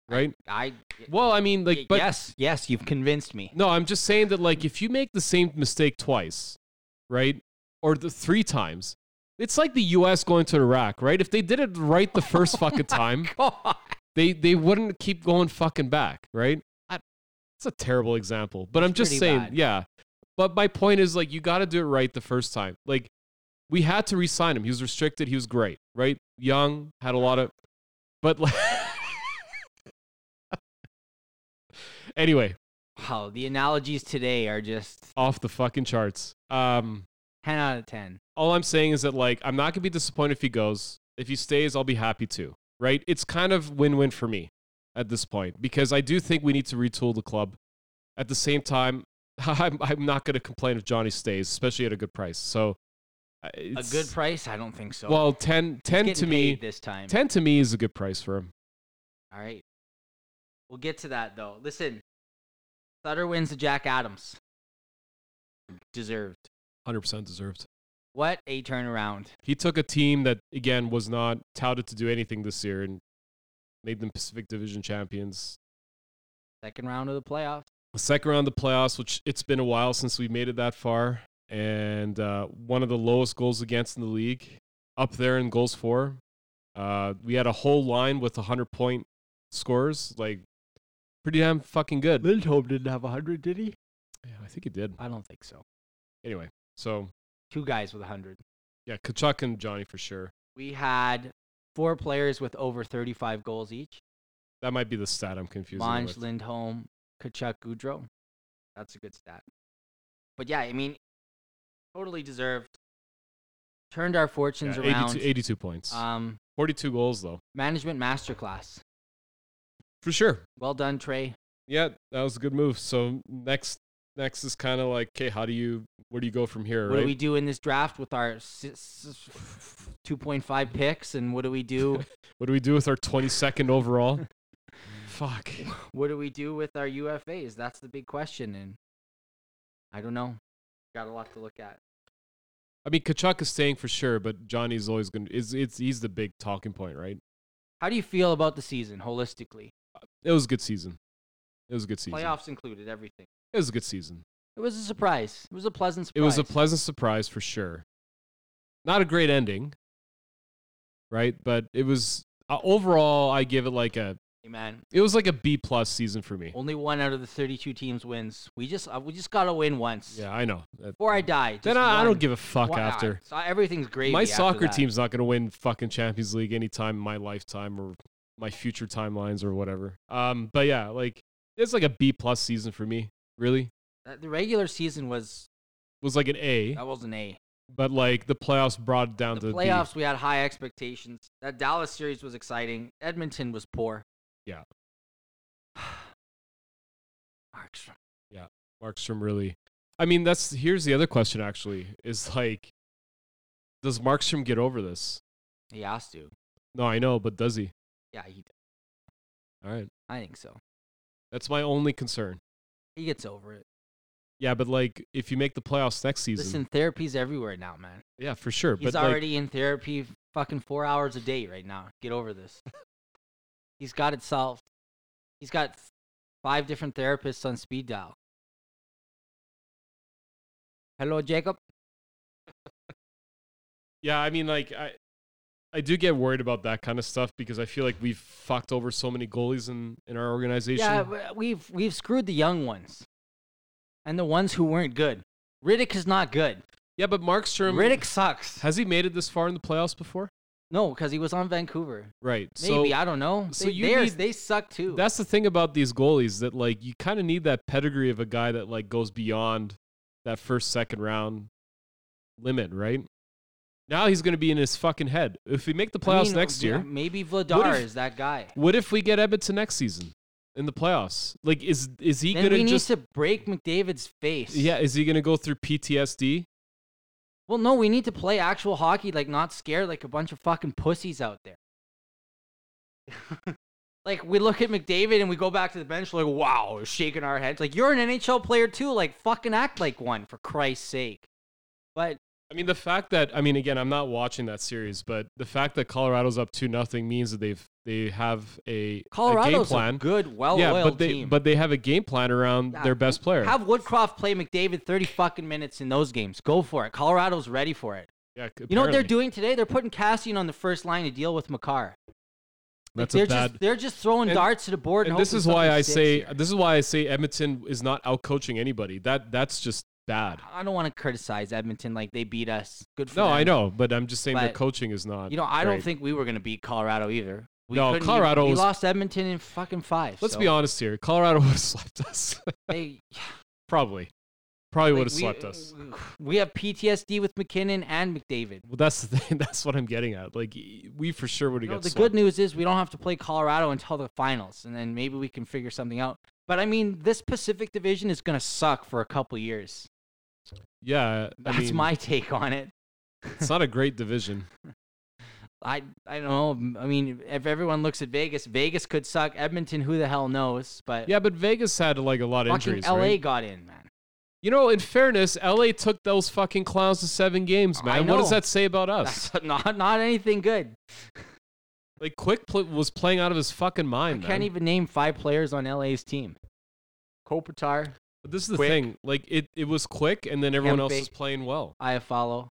Speaker 2: right?
Speaker 1: I
Speaker 2: well, I mean, like,
Speaker 1: y-
Speaker 2: but
Speaker 1: yes, yes, you've convinced me.
Speaker 2: no, I'm just saying that like if you make the same mistake twice, right? Or the three times, it's like the US going to Iraq, right? If they did it right the first fucking time,
Speaker 1: God.
Speaker 2: they they wouldn't keep going fucking back, right? I, it's a terrible example, but I'm
Speaker 1: It's
Speaker 2: just
Speaker 1: pretty
Speaker 2: saying,
Speaker 1: bad.
Speaker 2: yeah. But my point is like you got to do it right the first time. Like we had to re-sign him. He was restricted. He was great, right? Young, had a lot of, but like. anyway,
Speaker 1: Wow, the analogies today are just
Speaker 2: off the fucking charts. Um,
Speaker 1: ten out of ten.
Speaker 2: all I'm saying is that like I'm not gonna be disappointed if he goes. If he stays, I'll be happy too. Right? It's kind of win-win for me at this point because I do think we need to retool the club. At the same time, I'm, I'm not going to complain if Johnny stays, especially at a good price. So uh,
Speaker 1: A
Speaker 2: it's,
Speaker 1: good price? I don't think so.
Speaker 2: Well, 10, 10
Speaker 1: Getting
Speaker 2: to me,
Speaker 1: paid this time.
Speaker 2: 10 to me is a good price for him.
Speaker 1: All right. We'll get to that though. Listen, Sutter wins the Jack Adams. Deserved.
Speaker 2: 100% deserved.
Speaker 1: What a turnaround.
Speaker 2: He took a team that again was not touted to do anything this year and made them Pacific Division champions.
Speaker 1: Second round of the playoffs.
Speaker 2: The second round of the playoffs, which it's been a while since we made it that far, and uh, one of the lowest goals against in the league, up there in goals for. Uh, we had a whole line with 100 point scores, like pretty damn fucking good.
Speaker 1: Lindholm didn't have 100, did he?
Speaker 2: Yeah, I think it did.
Speaker 1: I don't think so.
Speaker 2: Anyway, so
Speaker 1: Two guys with 100.
Speaker 2: yeah, Kachuk and Johnny for sure.
Speaker 1: We had four players with over 35 goals each.
Speaker 2: That might be the stat I'm confusing. it
Speaker 1: Monge,
Speaker 2: with.
Speaker 1: Lindholm, Kachuk, Goudreau. That's a good stat. But yeah, I mean, totally deserved. Turned our
Speaker 2: Yeah,
Speaker 1: fortunes
Speaker 2: 82,
Speaker 1: around.
Speaker 2: 82 points,
Speaker 1: Um,
Speaker 2: 42 goals though.
Speaker 1: management masterclass.
Speaker 2: For sure.
Speaker 1: Well done, Trey.
Speaker 2: Yeah, that was a good move. So next next is kind of like, okay, how do you where do you go from here,
Speaker 1: What
Speaker 2: right?
Speaker 1: do we do in this draft with our s- s- s- 2.5 picks? And what do we do?
Speaker 2: what do we do with our 22nd overall? Fuck.
Speaker 1: what do we do with our UFAs? That's the big question. And I don't know. Got a lot to look at.
Speaker 2: I mean, Kachuk is staying for sure, but Johnny's always going to is it's he's the big talking point, right?
Speaker 1: How do you feel about the season holistically?
Speaker 2: It was a good season. It was a good season.
Speaker 1: Playoffs included, everything.
Speaker 2: It was a good season.
Speaker 1: It was a surprise. It was a pleasant surprise.
Speaker 2: It was a pleasant surprise for sure. Not a great ending, right? But it was uh, overall I give it like a
Speaker 1: Hey, man.
Speaker 2: it was like a B plus season for me.
Speaker 1: Only one out of the 32 teams wins. We just uh, we just got to win once.
Speaker 2: Yeah, I know. That-
Speaker 1: Before I die. Just
Speaker 2: Then I, I don't
Speaker 1: one-
Speaker 2: give a fuck
Speaker 1: one-
Speaker 2: after.
Speaker 1: uh, everything's great.
Speaker 2: my soccer team's not going to win fucking Champions League anytime in my lifetime or my future timelines or whatever. Um, but yeah, like it's like a B plus season for me. Really, it
Speaker 1: The regular season was
Speaker 2: was like an A,
Speaker 1: that was an A.
Speaker 2: but like the playoffs brought it down
Speaker 1: the
Speaker 2: to a B.
Speaker 1: playoffs we had high expectations that dallas series was exciting edmonton was poor
Speaker 2: Yeah.
Speaker 1: markstrom
Speaker 2: Markstrom really. I mean, that's here's the other question actually is like, does Markstrom get over this?
Speaker 1: he has to
Speaker 2: No, I know, but does he?
Speaker 1: yeah he
Speaker 2: All right,
Speaker 1: i think so
Speaker 2: that's my only concern.
Speaker 1: he gets over it
Speaker 2: Yeah, but like if you make the playoffs next season,
Speaker 1: listen therapy's everywhere now man
Speaker 2: yeah, for sure.
Speaker 1: he's
Speaker 2: but like,
Speaker 1: already in therapy fucking four hours a day right now get over this he's got it solved he's got five different therapists on speed dial hello jacob
Speaker 2: Yeah, I mean, like I, I do get worried about that kind of stuff because I feel like we've fucked over so many goalies in in our organization.
Speaker 1: Yeah, w- we've we've screwed the young ones, and the ones who weren't good. Riddick is not good.
Speaker 2: Yeah, but Markstrom
Speaker 1: Riddick sucks.
Speaker 2: has he made it this far in the playoffs before?
Speaker 1: No, because he was on Vancouver.
Speaker 2: Right.
Speaker 1: Maybe
Speaker 2: so
Speaker 1: I don't know.
Speaker 2: so
Speaker 1: they,
Speaker 2: you
Speaker 1: they're-
Speaker 2: need-
Speaker 1: they suck too.
Speaker 2: that's the thing about these goalies that like you kind of need that pedigree of a guy that like goes beyond that first second round limit, right? Now he's going to be in his fucking head. If we make the
Speaker 1: I
Speaker 2: playoffs
Speaker 1: mean,
Speaker 2: next
Speaker 1: yeah,
Speaker 2: year,
Speaker 1: Maybe
Speaker 2: What
Speaker 1: Vladar
Speaker 2: if-
Speaker 1: is that guy.
Speaker 2: what if we get Edmonton next season in the playoffs? Like, is is he
Speaker 1: Then
Speaker 2: going
Speaker 1: we
Speaker 2: to
Speaker 1: need
Speaker 2: just
Speaker 1: to break McDavid's face.
Speaker 2: Yeah, is he going to go through PTSD?
Speaker 1: Well, no, we need to play actual hockey, like not scared like a bunch of fucking pussies out there. like we look at McDavid and we go back to the bench, like wow, shaking our heads. Like you're an NHL player too, like fucking act like one for Christ's sake. But
Speaker 2: I mean, the fact that I mean, again, I'm not watching that series, but the fact that Colorado's up two nothing means that they've they have a, a game
Speaker 1: Colorado's a,
Speaker 2: plan.
Speaker 1: good, well-oiled
Speaker 2: yeah, but they
Speaker 1: team.
Speaker 2: but they have a game plan around
Speaker 1: Yeah.
Speaker 2: their best player.
Speaker 1: have Woodcroft play McDavid 30 fucking minutes in those games. Go for it. Colorado's ready for it.
Speaker 2: yeah,
Speaker 1: You know what they're
Speaker 2: apparently.
Speaker 1: doing today? They're putting Cassian on the first line to deal with Makar. Like,
Speaker 2: That's
Speaker 1: they're
Speaker 2: a bad.
Speaker 1: just they're just throwing
Speaker 2: And-
Speaker 1: darts to the board. And,
Speaker 2: and this
Speaker 1: hoping
Speaker 2: is why
Speaker 1: something
Speaker 2: I
Speaker 1: sticks
Speaker 2: say
Speaker 1: here.
Speaker 2: this is why I say Edmonton is not out coaching anybody. That that's just bad.
Speaker 1: I don't want to criticize Edmonton like they beat us. Good for
Speaker 2: No,
Speaker 1: them.
Speaker 2: I know, but I'm just saying their
Speaker 1: But,
Speaker 2: coaching is not.
Speaker 1: You know, I don't
Speaker 2: great.
Speaker 1: think we were going to beat Colorado either. We
Speaker 2: No,
Speaker 1: couldn't even-
Speaker 2: Colorado
Speaker 1: We
Speaker 2: was-
Speaker 1: lost Edmonton in fucking five.
Speaker 2: Let's
Speaker 1: so
Speaker 2: be honest here. Colorado would have swept us.
Speaker 1: They,
Speaker 2: Probably. Probably
Speaker 1: Like,
Speaker 2: would have
Speaker 1: we-
Speaker 2: swept us.
Speaker 1: We have PTSD with McKinnon and McDavid.
Speaker 2: Well, that's the thing. That's what I'm getting at. Like y- we for sure would have
Speaker 1: No,
Speaker 2: got
Speaker 1: the
Speaker 2: swept.
Speaker 1: good news is we don't have to play Colorado until the finals, and then maybe we can figure something out. But I mean, this Pacific Division is gonna suck for a couple years.
Speaker 2: yeah,
Speaker 1: That's
Speaker 2: I mean,
Speaker 1: my take on it.
Speaker 2: it's not a great division.
Speaker 1: I I don't know. I mean, if everyone looks at Vegas, Vegas could suck. Edmonton, who the hell knows? But
Speaker 2: Yeah, but Vegas had like a lot of
Speaker 1: fucking
Speaker 2: injuries.
Speaker 1: LA
Speaker 2: right?
Speaker 1: got in, man.
Speaker 2: You know, in fairness, LA took those fucking clowns to seven games,
Speaker 1: I
Speaker 2: man. What does
Speaker 1: know.
Speaker 2: that say about us?
Speaker 1: That's not not anything good.
Speaker 2: Like, Quick pl- was playing out of his fucking
Speaker 1: I
Speaker 2: mind, man.
Speaker 1: can't even name five players on LA's team. Kopitar,
Speaker 2: But this is the
Speaker 1: Quick.
Speaker 2: thing. Like, it, it was quick, and then everyone else
Speaker 1: Kempe.
Speaker 2: was playing well.
Speaker 1: Iafallo,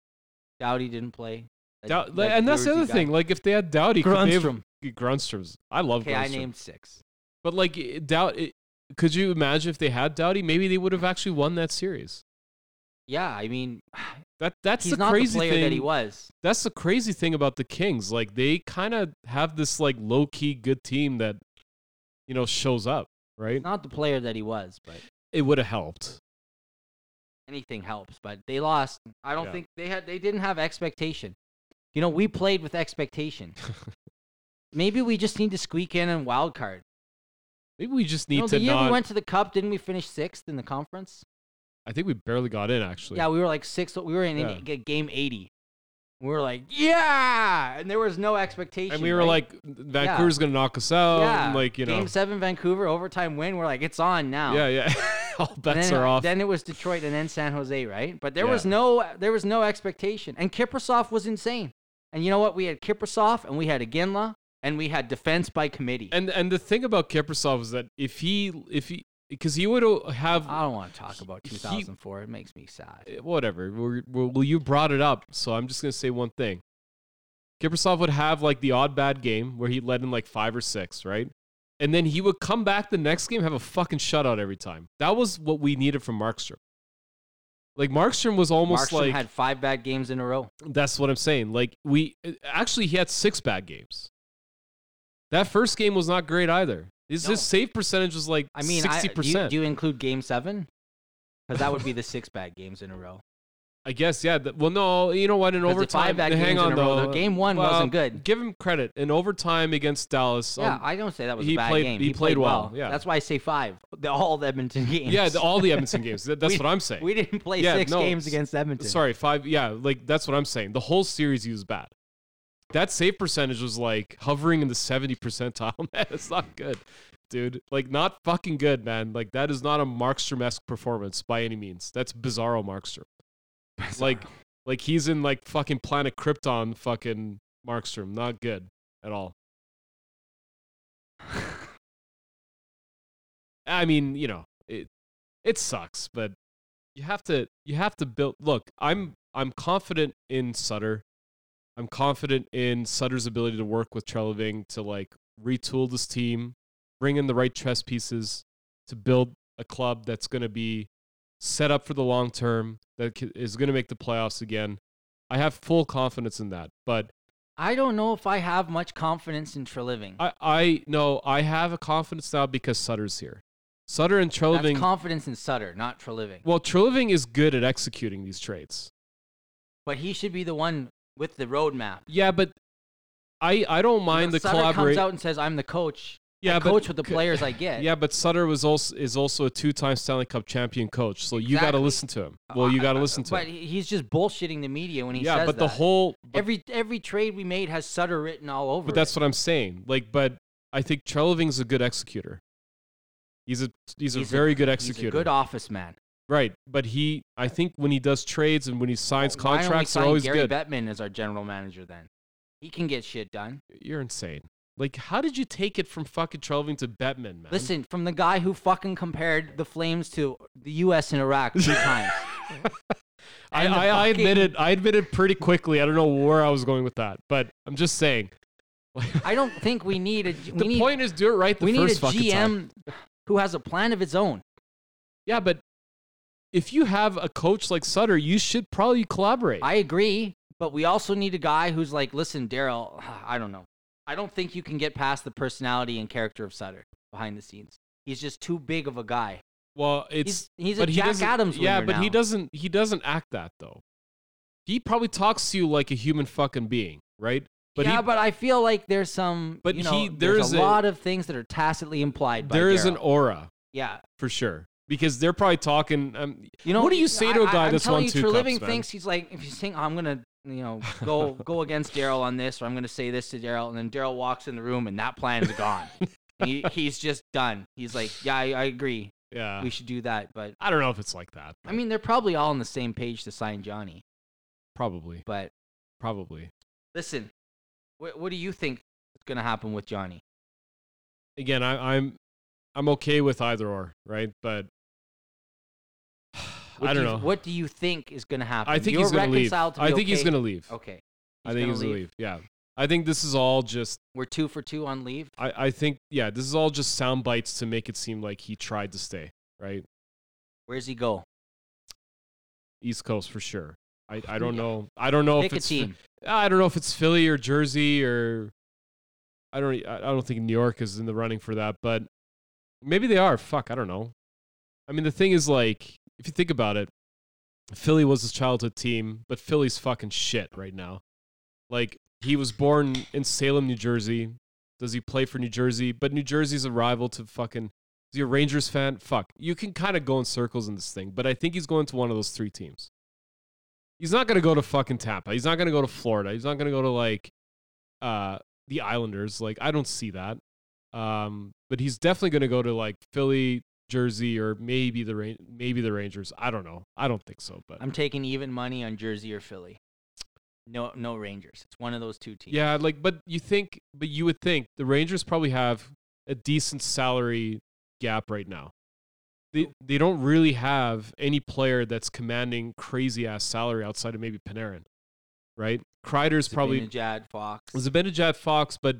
Speaker 1: Dowdy didn't play. That-
Speaker 2: Dou-
Speaker 1: that
Speaker 2: and that's the
Speaker 1: Jersey
Speaker 2: other
Speaker 1: guy.
Speaker 2: thing. Like, if they had Dowdy, could they have
Speaker 1: Grundstrom.
Speaker 2: Grundstrom's? I love
Speaker 1: Okay,
Speaker 2: Grundstrom.
Speaker 1: I named six.
Speaker 2: But like it- doubt, it, could you imagine if they had Doughty? Maybe they would have actually won that series.
Speaker 1: Yeah, I mean,
Speaker 2: That that's
Speaker 1: he's
Speaker 2: the
Speaker 1: not the
Speaker 2: crazy
Speaker 1: player
Speaker 2: thing.
Speaker 1: that he was.
Speaker 2: That's the crazy thing about the Kings. Like they kind of have this like low key good team that you know shows up. Right?
Speaker 1: He's not the player that he was, but
Speaker 2: It would have helped.
Speaker 1: anything helps. But they lost. I don't
Speaker 2: Yeah.
Speaker 1: think they had. They didn't have expectation. You know, we played with expectation. Maybe we just need to squeak in and wild card.
Speaker 2: Maybe we just need
Speaker 1: You know,
Speaker 2: to
Speaker 1: the year
Speaker 2: not.
Speaker 1: we went to the cup, didn't we finish sixth in the conference?
Speaker 2: I think we barely got in actually.
Speaker 1: Yeah, we were like sixth. We were in
Speaker 2: Yeah.
Speaker 1: g- game eighty. We were like, yeah, and there was no expectation.
Speaker 2: and we were
Speaker 1: right?
Speaker 2: like, Vancouver's gonna knock us out. and, like you know.
Speaker 1: game seven, Vancouver overtime win. We're like, it's on now.
Speaker 2: yeah, yeah. All
Speaker 1: And
Speaker 2: bets
Speaker 1: then,
Speaker 2: are off.
Speaker 1: Then it was Detroit and then San Jose, right? But there
Speaker 2: Yeah.
Speaker 1: was no there was no expectation. And Kiprasov was insane. And you know what? We had Kiprasov and we had Aginla and we had defense by committee.
Speaker 2: And and the thing about Kiprasov is that if he if he because he would have
Speaker 1: I don't want to talk
Speaker 2: he-
Speaker 1: about
Speaker 2: he-
Speaker 1: 2004. it makes me sad.
Speaker 2: eh, whatever. We're, we're, well, you brought it up, so I'm just gonna say one thing. Kiprasov would have like the odd bad game where he led in like five or six, right? And then he would come back the next game have a fucking shutout every time. That was what we needed from Markstrom. Like Markstrom was almost
Speaker 1: Markstrom
Speaker 2: like
Speaker 1: had five bad games in a row.
Speaker 2: that's what I'm saying. Like we eh, actually he had six bad games. That first game was not great either. His,
Speaker 1: No.
Speaker 2: his save percentage was like
Speaker 1: I mean, I, do,
Speaker 2: sixty
Speaker 1: you,
Speaker 2: percent.
Speaker 1: do you include game seven? Because that would be the six bad games in a row.
Speaker 2: I guess, yeah. th- well, no, you know what? In
Speaker 1: 'Cause the
Speaker 2: overtime,
Speaker 1: five bad
Speaker 2: hang
Speaker 1: games
Speaker 2: on
Speaker 1: in a row,
Speaker 2: though.
Speaker 1: though, game one
Speaker 2: Well,
Speaker 1: wasn't good.
Speaker 2: Give him credit. In overtime against Dallas,
Speaker 1: yeah,
Speaker 2: um,
Speaker 1: I don't say that was
Speaker 2: he
Speaker 1: a bad
Speaker 2: played-
Speaker 1: game.
Speaker 2: he played well, yeah.
Speaker 1: that's why I say five. The, all the Edmonton games.
Speaker 2: yeah, the- all the Edmonton games. That, that's
Speaker 1: We-
Speaker 2: what I'm saying.
Speaker 1: we didn't play
Speaker 2: Yeah,
Speaker 1: six
Speaker 2: no,
Speaker 1: games
Speaker 2: s-
Speaker 1: against Edmonton.
Speaker 2: Sorry, five. Yeah, like that's what I'm saying. The whole series he was bad. That save percentage was like hovering in the seventy percentile. Man, it's not good, dude. Like not fucking good, man. Like that is not a Markstrom esque performance by any means. That's bizarro Markstrom. Like, like he's in like fucking Planet Krypton, fucking Markstrom. Not good at all. I mean, you know, it it sucks, but you have to you have to build. Look, I'm I'm confident in Sutter. I'm confident in Sutter's ability to work with Treleving to like retool this team, bring in the right chess pieces to build a club that's going to be set up for the long term that c- is going to make the playoffs again. I have full confidence in that, but
Speaker 1: I don't know if I have much confidence in Treliving.
Speaker 2: I I no, I have a confidence now because Sutter's here. Sutter and
Speaker 1: That's
Speaker 2: Treleving
Speaker 1: confidence in Sutter, not Treliving.
Speaker 2: Well, Treliving is good at executing these trades.
Speaker 1: But he should be the one with the roadmap.
Speaker 2: Yeah, but I I don't
Speaker 1: You know,
Speaker 2: mind the
Speaker 1: Sutter comes
Speaker 2: collaboration.
Speaker 1: out and says, "I'm the coach.
Speaker 2: Yeah,
Speaker 1: I
Speaker 2: but
Speaker 1: coach with the
Speaker 2: c-
Speaker 1: players I get."
Speaker 2: Yeah, but Sutter was also is also a two-time Stanley Cup champion coach, so you got to
Speaker 1: Exactly. Uh,
Speaker 2: listen to him. Well, you got to listen to
Speaker 1: But
Speaker 2: him.
Speaker 1: he- he's just bullshitting the media when he
Speaker 2: Yeah,
Speaker 1: says
Speaker 2: but the
Speaker 1: that.
Speaker 2: whole but,
Speaker 1: every every trade we made has Sutter written all over.
Speaker 2: but that's
Speaker 1: it.
Speaker 2: what I'm saying. Like, but I think Treliving's a good executor. He's a he's, a
Speaker 1: He's a-
Speaker 2: very good
Speaker 1: he's
Speaker 2: executor.
Speaker 1: a good office man.
Speaker 2: right, but he I think when he does trades and when he signs
Speaker 1: Why don't we
Speaker 2: contracts,
Speaker 1: sign
Speaker 2: they're always
Speaker 1: Gary
Speaker 2: good.
Speaker 1: Bettman as our general manager. Then he can get shit done.
Speaker 2: You're insane. Like, how did you take it from fucking Treliving to Bettman, man?
Speaker 1: Listen, from the guy who fucking compared the Flames to the U.S. and Iraq two times.
Speaker 2: I,
Speaker 1: And the
Speaker 2: I, I
Speaker 1: fucking-
Speaker 2: admitted I admitted pretty quickly. I don't know where I was going with that, but I'm just saying.
Speaker 1: I don't think we need a. We
Speaker 2: the
Speaker 1: need,
Speaker 2: point is do it right the
Speaker 1: we need a
Speaker 2: first fucking
Speaker 1: GM
Speaker 2: time.
Speaker 1: who has a plan of his own.
Speaker 2: Yeah, but if you have a coach like Sutter, you should probably collaborate.
Speaker 1: I agree, but we also need a guy who's like, listen, Daryl, I don't know. I don't think you can get past the personality and character of Sutter behind the scenes. He's just too big of a guy.
Speaker 2: Well, it's
Speaker 1: He's, he's a
Speaker 2: he
Speaker 1: Jack
Speaker 2: doesn't-
Speaker 1: Adams.
Speaker 2: Yeah,
Speaker 1: winger
Speaker 2: but he
Speaker 1: now.
Speaker 2: doesn't. He doesn't act that though. He probably talks to you like a human fucking being, right? But
Speaker 1: yeah,
Speaker 2: he,
Speaker 1: but I feel like there's some.
Speaker 2: But
Speaker 1: you know,
Speaker 2: he-
Speaker 1: there's
Speaker 2: there's
Speaker 1: a,
Speaker 2: a-
Speaker 1: lot of things that are tacitly implied. by
Speaker 2: there is
Speaker 1: Darryl.
Speaker 2: an aura
Speaker 1: yeah.
Speaker 2: for sure because they're probably talking. Um,
Speaker 1: You know
Speaker 2: What do you say to a
Speaker 1: I- I-
Speaker 2: guy
Speaker 1: I'm
Speaker 2: that's
Speaker 1: telling
Speaker 2: won
Speaker 1: you,
Speaker 2: two
Speaker 1: Treliving
Speaker 2: cups, man?
Speaker 1: thinks he's like, if you think I'm gonna, you know, go go against Daryl on this, or I'm gonna say this to Daryl, and then Daryl walks in the room, and that plan is gone. he, he's just done. He's like, yeah, I, I agree.
Speaker 2: yeah,
Speaker 1: We should do that, but
Speaker 2: I don't know if it's like that.
Speaker 1: I mean, they're probably all on the same page to sign Johnny.
Speaker 2: probably,
Speaker 1: But
Speaker 2: probably.
Speaker 1: listen, what what do you think is gonna happen with Johnny?
Speaker 2: Again, I, I'm, I'm okay with either or, right? But
Speaker 1: What
Speaker 2: I
Speaker 1: do
Speaker 2: don't
Speaker 1: you-
Speaker 2: know.
Speaker 1: What do you think is gonna happen?
Speaker 2: I think
Speaker 1: You're
Speaker 2: he's gonna leave.
Speaker 1: reconciled to
Speaker 2: I
Speaker 1: be
Speaker 2: think he's
Speaker 1: okay?
Speaker 2: gonna leave.
Speaker 1: Okay.
Speaker 2: I think he's gonna leave. Yeah, I think this is all just
Speaker 1: We're two for two on leave.
Speaker 2: I, I think yeah, this is all just sound bites to make it seem like he tried to stay, right?
Speaker 1: Where's he go?
Speaker 2: East Coast for sure. I, I don't
Speaker 1: Yeah.
Speaker 2: know. I don't know
Speaker 1: Pick
Speaker 2: Oh, if
Speaker 1: a
Speaker 2: it's Phi-
Speaker 1: team.
Speaker 2: I don't know if it's Philly or Jersey or I don't I I don't think New York is in the running for that, but maybe they are. Fuck, I don't know. I mean, the thing is like if you think about it, Philly was his childhood team, but Philly's fucking shit right now. Like he was born in Salem, New Jersey. Does he play for New Jersey? But New Jersey's a rival to fucking is he a Rangers fan? Fuck. You can kind of go in circles in this thing, but I think he's going to one of those three teams. He's not going to go to fucking Tampa. He's not going to go to Florida. He's not going to go to like uh, the Islanders. Like, I don't see that. Um, but he's definitely going to go to like Philly, Jersey, or maybe the Ran- maybe the Rangers. I don't know. I don't think so. But
Speaker 1: I'm taking even money on Jersey or Philly. No, no Rangers. It's one of those two teams.
Speaker 2: yeah, like, but you think, but you would think the Rangers probably have a decent salary gap right now. They they don't really have any player that's commanding crazy ass salary outside of maybe Panarin, right? Kreider's probably
Speaker 1: Jad Fox.
Speaker 2: Zibanejad Fox, but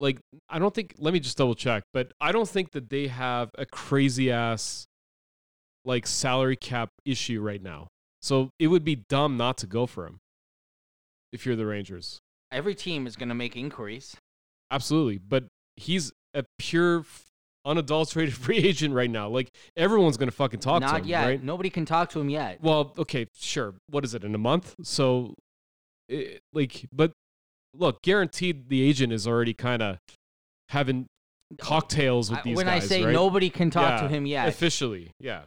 Speaker 2: like I don't think. Let me just double check, but I don't think that they have a crazy ass like salary cap issue right now. So it would be dumb not to go for him if you're the Rangers.
Speaker 1: Every team is going to make inquiries.
Speaker 2: Absolutely, but he's a pure, f- unadulterated free agent right now. Like everyone's gonna fucking talk
Speaker 1: Not
Speaker 2: to him,
Speaker 1: yet.
Speaker 2: right?
Speaker 1: Nobody can talk to him yet.
Speaker 2: Well, okay, sure. What is it in a month? So, it, like, but look, guaranteed the agent is already kind of having cocktails with
Speaker 1: I-
Speaker 2: these
Speaker 1: when
Speaker 2: guys,
Speaker 1: I say
Speaker 2: right?
Speaker 1: nobody can talk to
Speaker 2: Yeah,
Speaker 1: him yet,
Speaker 2: officially, yeah.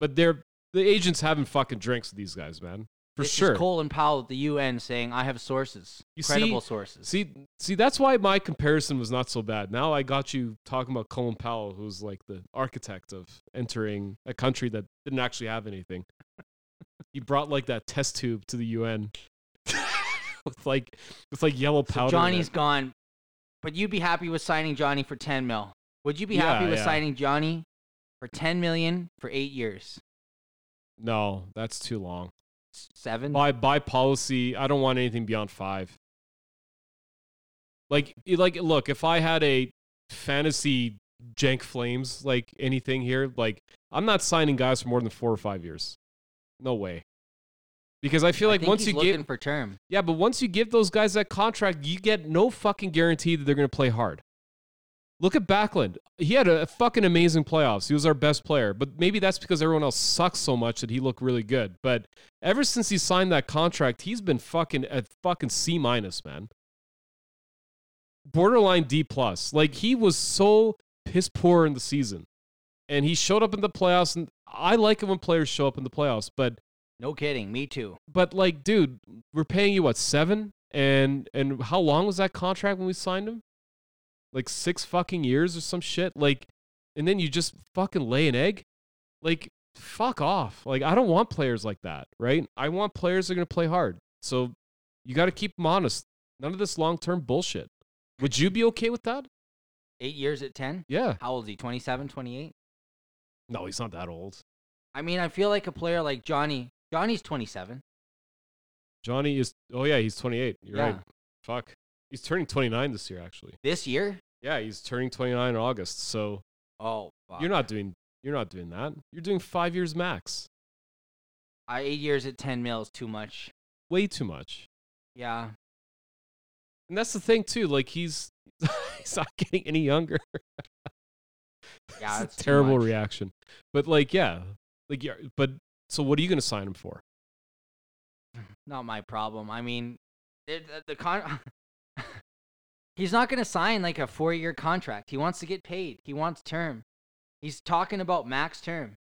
Speaker 2: But they're the agents having fucking drinks with these guys, man, for
Speaker 1: this
Speaker 2: sure.
Speaker 1: is Colin Powell at the UN saying, "I have sources,
Speaker 2: You see-
Speaker 1: credible sources."
Speaker 2: See, see, that's why my comparison was not so bad. Now I got you talking about Colin Powell, who's like the architect of entering a country that didn't actually have anything. he brought like that test tube to the UN with like with like yellow
Speaker 1: So
Speaker 2: powder. in
Speaker 1: Johnny's
Speaker 2: it.
Speaker 1: gone, but you'd be happy with signing Johnny for 10 mil. Would you be
Speaker 2: Yeah,
Speaker 1: happy with
Speaker 2: yeah.
Speaker 1: signing Johnny for 10 million for eight years?
Speaker 2: no, that's too long.
Speaker 1: S- Seven?
Speaker 2: By by policy, I don't want anything beyond five. Like it- like look, if I had a fantasy jank flames like anything here, like I'm not signing guys for more than four or five years. No way. Because I feel
Speaker 1: I
Speaker 2: like
Speaker 1: think
Speaker 2: once
Speaker 1: he's
Speaker 2: you
Speaker 1: looking
Speaker 2: give
Speaker 1: for term,
Speaker 2: yeah, but once you give those guys that contract, you get no fucking guarantee that they're going to play hard. Look at Backlund. He had a fucking amazing playoffs. He was our best player, but maybe that's because everyone else sucks so much that he looked really good. But ever since he signed that contract, he's been fucking at fucking C minus, man. Borderline D plus. Like he was so piss poor in the season, and he showed up in the playoffs. And I like it when players show up in the playoffs, but
Speaker 1: no kidding. Me too.
Speaker 2: but like, dude, we're paying you what seven? And and how long was that contract when we signed him? Like six fucking years or some shit. Like, and then you just fucking lay an egg. Like, fuck off. Like, I don't want players like that, right? I want players that are gonna play hard. So you got to keep them honest. None of this long term bullshit. Would you be okay with that?
Speaker 1: Eight years at 10?
Speaker 2: Yeah.
Speaker 1: How old is he? 27, 28?
Speaker 2: No, he's not that old.
Speaker 1: I mean, I feel like a player like Johnny. Johnny's 27.
Speaker 2: Johnny is. Oh yeah, he's 28. You're
Speaker 1: Yeah.
Speaker 2: right. Fuck. He's turning 29 this year, actually.
Speaker 1: This year?
Speaker 2: Yeah, he's turning 29 in August. So
Speaker 1: Oh, fuck.
Speaker 2: You're not doing you're not doing that. You're doing five years max.
Speaker 1: I, eight years at 10 mil is too much.
Speaker 2: Way too much.
Speaker 1: Yeah.
Speaker 2: And that's the thing too. Like he's he's not getting any younger.
Speaker 1: Yeah,
Speaker 2: it's
Speaker 1: it's
Speaker 2: a
Speaker 1: too
Speaker 2: terrible
Speaker 1: much.
Speaker 2: reaction. But like, yeah, like yeah. But so, what are you going to sign him for?
Speaker 1: Not my problem. I mean, it, uh, the, the con. He's not going to sign like a four year contract. He wants to get paid. He wants term. He's talking about max term.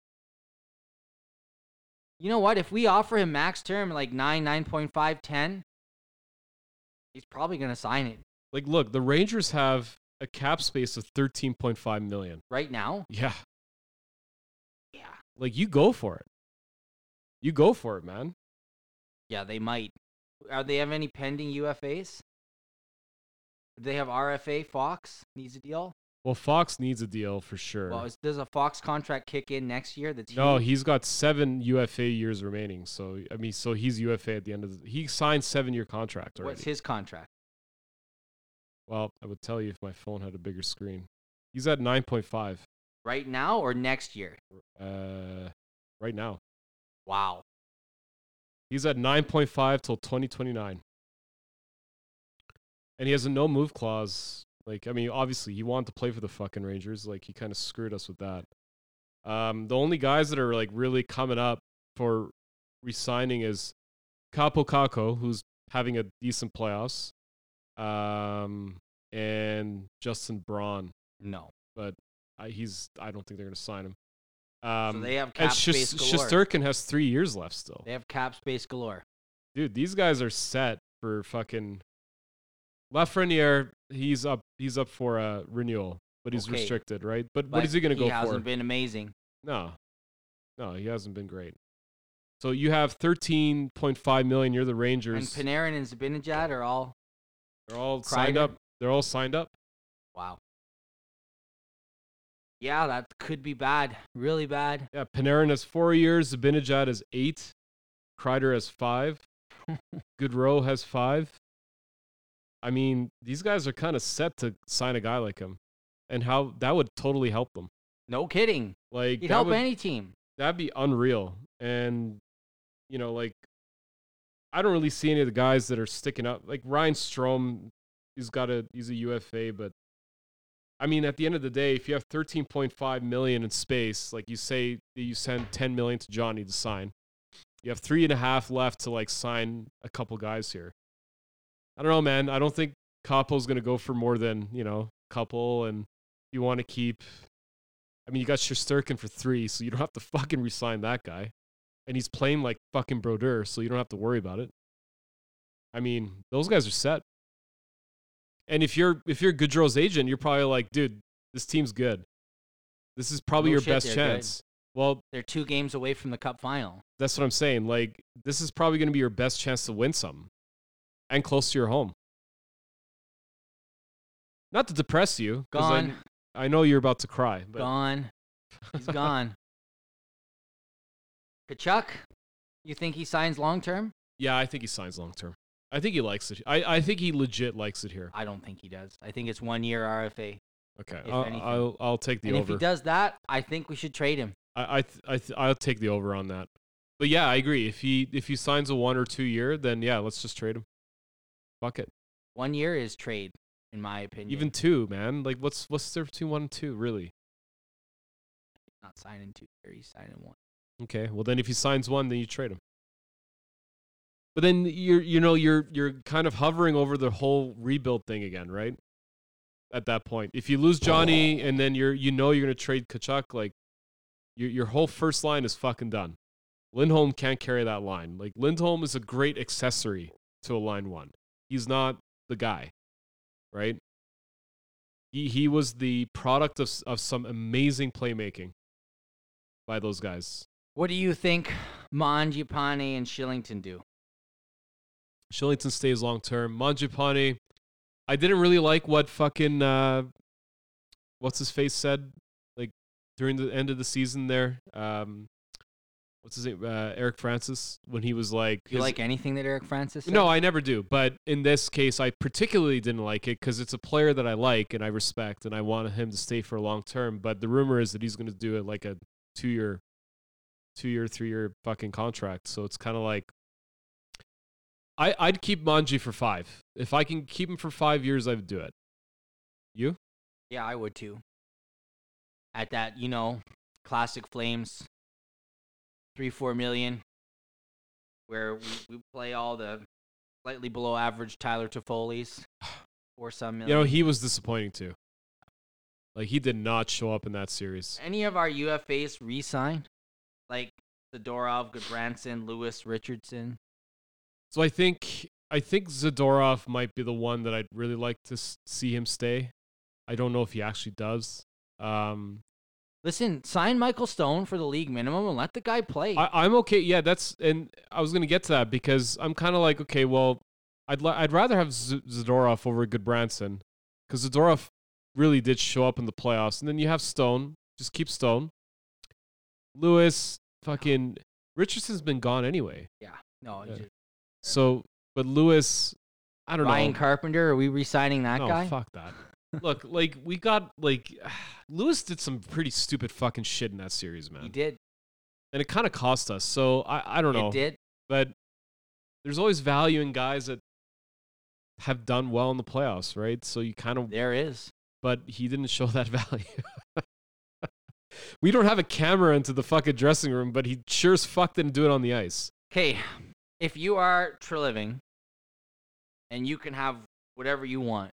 Speaker 1: You know what? If we offer him max term like 9, 9.5, 10, he's probably going to sign it
Speaker 2: Like, look, the Rangers have a cap space of thirteen point five million.
Speaker 1: right now.
Speaker 2: Yeah,
Speaker 1: Yeah.
Speaker 2: like you go for it. You go for it, man.
Speaker 1: Yeah, they might. Are they have any pending UFAs? Do they have RFA Fox needs a deal?
Speaker 2: Well, Fox needs a deal for sure.
Speaker 1: Well, is, does a Fox contract kick in next year? That's
Speaker 2: no,
Speaker 1: huge?
Speaker 2: he's got seven UFA years remaining. So I mean, so he's UFA at the end of the, he signed seven year contract already.
Speaker 1: What's his contract?
Speaker 2: well, I would tell you if my phone had a bigger screen. He's at nine point five
Speaker 1: Right now or next year?
Speaker 2: uh, right now.
Speaker 1: Wow.
Speaker 2: He's at 9.5 till 2029. And he has a no move clause. Like, I mean, obviously, he wanted to play for the fucking Rangers. Like, he kind of screwed us with that. Um, the only guys that are, like, really coming up for resigning is Capo Caco, who's having a decent playoffs, um, and Justin Braun.
Speaker 1: No.
Speaker 2: I, he's, I don't think they're going to sign him. Um,
Speaker 1: so they have
Speaker 2: and
Speaker 1: cap space
Speaker 2: Shis-
Speaker 1: galore.
Speaker 2: Shisterkin has three years left still.
Speaker 1: they have cap space galore.
Speaker 2: dude, these guys are set for fucking Lafreniere. He's up. He's up for a renewal, but he's
Speaker 1: Okay.
Speaker 2: restricted, right? But,
Speaker 1: but
Speaker 2: what is he going to go
Speaker 1: He hasn't
Speaker 2: for?
Speaker 1: been amazing.
Speaker 2: no, no, he hasn't been great. So you have thirteen point five million. You're the Rangers.
Speaker 1: and Panarin and Zabinajad are all
Speaker 2: They're all signed
Speaker 1: Kreider.
Speaker 2: up. They're all signed up.
Speaker 1: wow. Yeah, that could be bad. Really bad.
Speaker 2: Yeah, Panarin has four years. Zabinajad has eight. Kreider has five. Goodrow has five. I mean, these guys are kind of set to sign a guy like him, and how that would totally help them.
Speaker 1: No kidding.
Speaker 2: Like
Speaker 1: He'd
Speaker 2: that
Speaker 1: help
Speaker 2: would
Speaker 1: any team.
Speaker 2: that'd be unreal. And you know, like I don't really see any of the guys that are sticking up. Like Ryan Strom, he's got a he's a UFA, but I mean, at the end of the day, if you have 13.5 million in space, like you say, that you send 10 million to Johnny to sign. You have three and a half left to like sign a couple guys here. I don't know, man. I don't think Coppell's gonna go for more than you know couple, and you want to keep. I mean, you got Shosturkin for three, so you don't have to fucking resign that guy, and he's playing like fucking Brodeur, so you don't have to worry about it. I mean, those guys are set. And if you're if you're Goodrow's agent, you're probably like, dude, this team's good. This is probably
Speaker 1: No
Speaker 2: your
Speaker 1: shit,
Speaker 2: best
Speaker 1: they're good.
Speaker 2: chance. Well,
Speaker 1: They're two games away from the cup final.
Speaker 2: that's what I'm saying. Like, this is probably going to be your best chance to win some and close to your home. Not to depress you, 'cause I-
Speaker 1: Gone.
Speaker 2: I, know you're about to cry, but
Speaker 1: gone. He's gone. Kachuk, you think he signs long term?
Speaker 2: yeah, I think he signs long term. I think he likes it. I, I think he legit likes it here.
Speaker 1: I don't think he does. I think it's one year RFA.
Speaker 2: Okay,
Speaker 1: If
Speaker 2: I'll,
Speaker 1: anything.
Speaker 2: I'll, I'll take the
Speaker 1: and if
Speaker 2: over.
Speaker 1: he does that, I think we should trade him.
Speaker 2: I I th- I th- I'll take the over on that. But yeah, I agree. If he if he signs a one or two year, then yeah, let's just trade him. Fuck it.
Speaker 1: One year is trade, in my opinion.
Speaker 2: Even two, man. Like, what's what's there between one and two, really?
Speaker 1: not signing two year, he's signing one.
Speaker 2: Okay. Well, then if he signs one, then you trade him. But then you're you know you're you're kind of hovering over the whole rebuild thing again, right? At that point, if you lose Johnny and then you're you know you're gonna trade Kachuk, like your your whole first line is fucking done. Lindholm can't carry that line. Like Lindholm is a great accessory to a line one. He's not the guy, right? He he was the product of s- of some amazing playmaking by those guys.
Speaker 1: What do you think Mangiapane and Shillington do?
Speaker 2: Shillington stays long term. Manjapane, I didn't really like what fucking uh, what's his face said like during the end of the season there. Um, what's his name? Uh, Eric Francis when he was like,
Speaker 1: Do you
Speaker 2: his-
Speaker 1: like anything that Eric Francis said?
Speaker 2: no, I never do. But in this case, I particularly didn't like it because it's a player that I like and I respect, and I want him to stay for long term. But the rumor is that he's going to do it like a two year, two year, three year fucking contract. So it's kind of like I I'd keep Manji for five. If I can keep him for five years, I'd do it. You?
Speaker 1: Yeah, I would too. at that, you know, classic Flames, three, four million, where we, we play all the slightly below average Tyler Toffoli's or some
Speaker 2: You
Speaker 1: million.
Speaker 2: know, he was disappointing too. Like he did not show up in that series.
Speaker 1: Any of our UFAs re signed? Like Sidorov, Goodbranson, Lewis, Richardson.
Speaker 2: So I think I think Zadorov might be the one that I'd really like to s- see him stay. I don't know if he actually does. Um,
Speaker 1: Listen, sign Michael Stone for the league minimum and let the guy play.
Speaker 2: I, I'm okay. Yeah, that's and I was gonna get to that because I'm kind of like okay, well, I'd li- I'd rather have Z- Zadorov over Goodbranson because Zadorov really did show up in the playoffs, and then you have Stone. Just keep Stone. Lewis, fucking Richardson's been gone anyway.
Speaker 1: no,
Speaker 2: Yeah.
Speaker 1: you-
Speaker 2: So, but Lewis, I don't
Speaker 1: Ryan
Speaker 2: know.
Speaker 1: Carpenter, are we re signing that
Speaker 2: no,
Speaker 1: guy?
Speaker 2: fuck that. Look, like we got like Lewis did some pretty stupid fucking shit in that series, man,
Speaker 1: He did.
Speaker 2: and it kind of cost us. So I I don't know.
Speaker 1: It did.
Speaker 2: but there's always value in guys that have done well in the playoffs, right? So you kind of,
Speaker 1: There is.
Speaker 2: but he didn't show that value. we don't have a camera into the fucking dressing room, but he sure as fuck didn't do it on the ice.
Speaker 1: Okay, if you are true living and you can have whatever you want,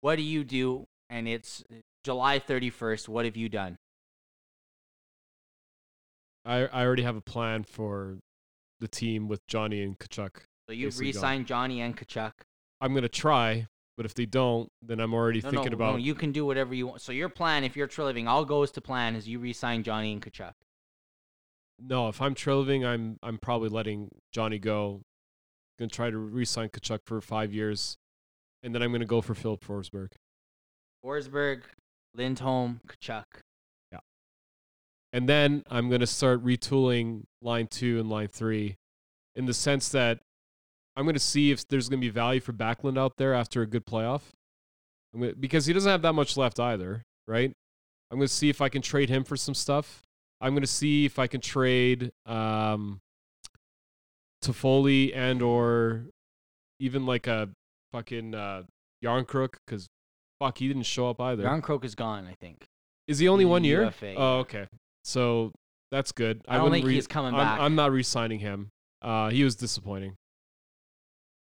Speaker 1: what do you do? And it's July 31st. What have you done?
Speaker 2: I, I already have a plan for the team with Johnny and Kachuk.
Speaker 1: So you've
Speaker 2: Basically
Speaker 1: re
Speaker 2: gone.
Speaker 1: signed Johnny and Kachuk.
Speaker 2: I'm gonna try, but if they don't, then I'm already
Speaker 1: No, no,
Speaker 2: thinking about
Speaker 1: no, you can do whatever you want. So your plan, if you're true living, all goes to plan is you re sign Johnny and Kachuk.
Speaker 2: No, if I'm trailing, I'm I'm probably letting Johnny go. Gonna try to re-sign Kachuk for five years, and then I'm gonna go for Philip Forsberg.
Speaker 1: Forsberg, Lindholm, Kachuk.
Speaker 2: And then I'm gonna start retooling line two and line three, in the sense that I'm gonna see if there's gonna be value for Backlund out there after a good playoff, I'm gonna, because he doesn't have that much left either, right? I'm gonna see if I can trade him for some stuff. I'm gonna see if I can trade um, Toffoli and or even like a fucking uh, Yarncrook because fuck, he didn't show up either.
Speaker 1: Ron Croak is gone, I think.
Speaker 2: Is he only
Speaker 1: He's
Speaker 2: one
Speaker 1: in
Speaker 2: year?
Speaker 1: UFA,
Speaker 2: Oh,
Speaker 1: yeah.
Speaker 2: okay. So that's good.
Speaker 1: I don't
Speaker 2: wouldn't
Speaker 1: think he's coming
Speaker 2: I'm,
Speaker 1: back.
Speaker 2: I'm not re-signing him. Uh, he was disappointing.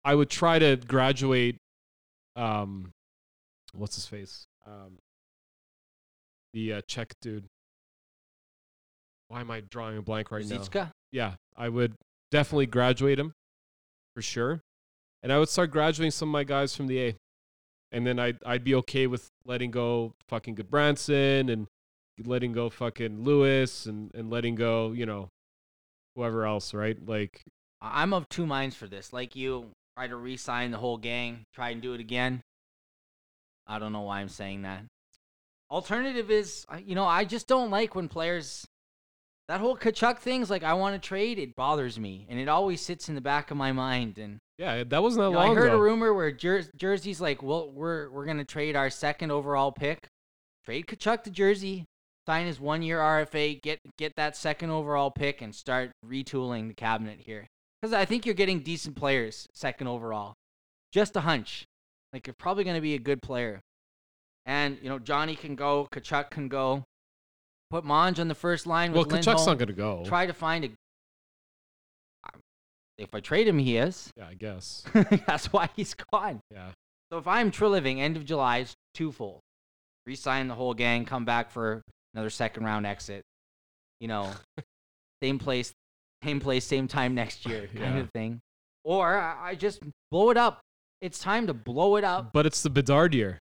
Speaker 2: I would try to graduate. Um, what's his face? Um, the uh, Czech dude. Why am I drawing a blank right now?
Speaker 1: Zietska?
Speaker 2: yeah, I would definitely graduate him for sure. And I would start graduating some of my guys from the A. And then I'd, I'd be okay with letting go fucking Goodbranson and letting go fucking Lewis and, and letting go, you know, whoever else, right? Like,
Speaker 1: I- I'm of two minds for this. Like you, try to re-sign the whole gang, try and do it again. I don't know why I'm saying that. Alternative is, I- you know, I just don't like when players. That whole Kachuk thing's like I want to trade. It bothers me, and it always sits in the back of my mind. And
Speaker 2: yeah, that wasn't that
Speaker 1: you know,
Speaker 2: long
Speaker 1: I heard
Speaker 2: ago.
Speaker 1: a rumor where Jer- Jersey's like, well, we're we're gonna trade our second overall pick, trade Kachuk to Jersey, sign his one year RFA, get get that second overall pick, and start retooling the cabinet here. Because I think you're getting decent players second overall, just a hunch. Like you're probably gonna be a good player, and you know Johnny can go, Kachuk can go, put Monge on the first line
Speaker 2: well,
Speaker 1: with
Speaker 2: Kachuk's
Speaker 1: Lindholm.
Speaker 2: not going to go.
Speaker 1: Try to find a. If I trade him, he is.
Speaker 2: yeah, I guess.
Speaker 1: That's why he's gone.
Speaker 2: Yeah.
Speaker 1: So if I'm true living, end of July is twofold. Resign the whole gang, come back for another second round exit. You know, same place, same place, same time next year kind
Speaker 2: Yeah.
Speaker 1: of thing. Or I, I just blow it up. It's time to blow it up.
Speaker 2: But it's the Bedard year.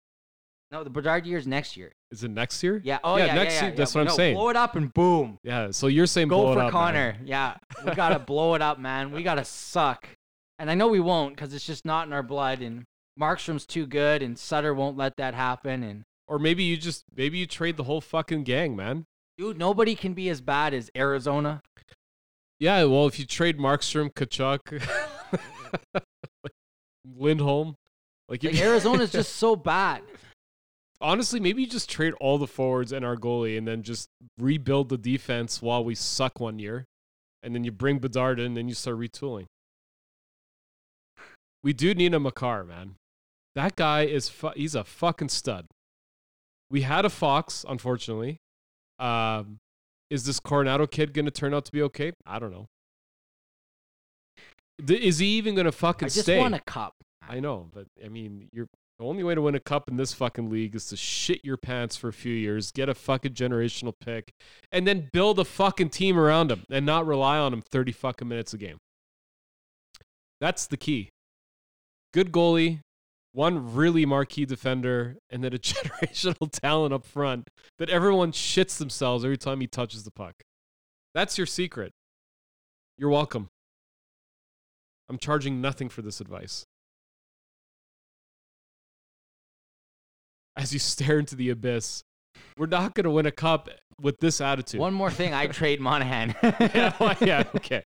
Speaker 1: No, the Bedard year's next year.
Speaker 2: Is it next year?
Speaker 1: Yeah. Oh
Speaker 2: Yeah,
Speaker 1: yeah.
Speaker 2: next
Speaker 1: yeah,
Speaker 2: year-
Speaker 1: yeah,
Speaker 2: that's
Speaker 1: yeah.
Speaker 2: what I'm
Speaker 1: No,
Speaker 2: saying.
Speaker 1: Blow it up and boom.
Speaker 2: Yeah, so you're saying blow
Speaker 1: Go
Speaker 2: it
Speaker 1: for
Speaker 2: up, man.
Speaker 1: Connor. Yeah. We gotta blow it up, man. We gotta suck. And I know we won't because it's just not in our blood. And Markstrom's too good, and Sutter won't let that happen. And
Speaker 2: Or maybe you just maybe you trade the whole fucking gang, man.
Speaker 1: Dude, nobody can be as bad as Arizona.
Speaker 2: Yeah, well, if you trade Markstrom, Kachuk, Lindholm, like, if
Speaker 1: Like Arizona's just so bad.
Speaker 2: honestly, maybe you just trade all the forwards and our goalie, and then just rebuild the defense while we suck one year, and then you bring Bedard in, and then you start retooling. We do need a Makar, man. That guy is fu- he's a fucking stud. we had a fox, unfortunately. Um, is this Coronado kid going to turn out to be okay? I don't know. Th- is he even going to fucking
Speaker 1: I just
Speaker 2: stay?
Speaker 1: want a cup.
Speaker 2: I know, but I mean, you're the only way to win a cup in this fucking league is to shit your pants for a few years, get a fucking generational pick, and then build a fucking team around him and not rely on him 30 fucking minutes a game. That's the key. Good goalie, one really marquee defender, and then a generational talent up front that everyone shits themselves every time he touches the puck. That's your secret. You're welcome. I'm charging nothing for this advice. as you stare into the abyss. We're not going to win a cup with this attitude.
Speaker 1: One more thing, I trade Monahan.
Speaker 2: yeah, well, Oh, yeah, okay.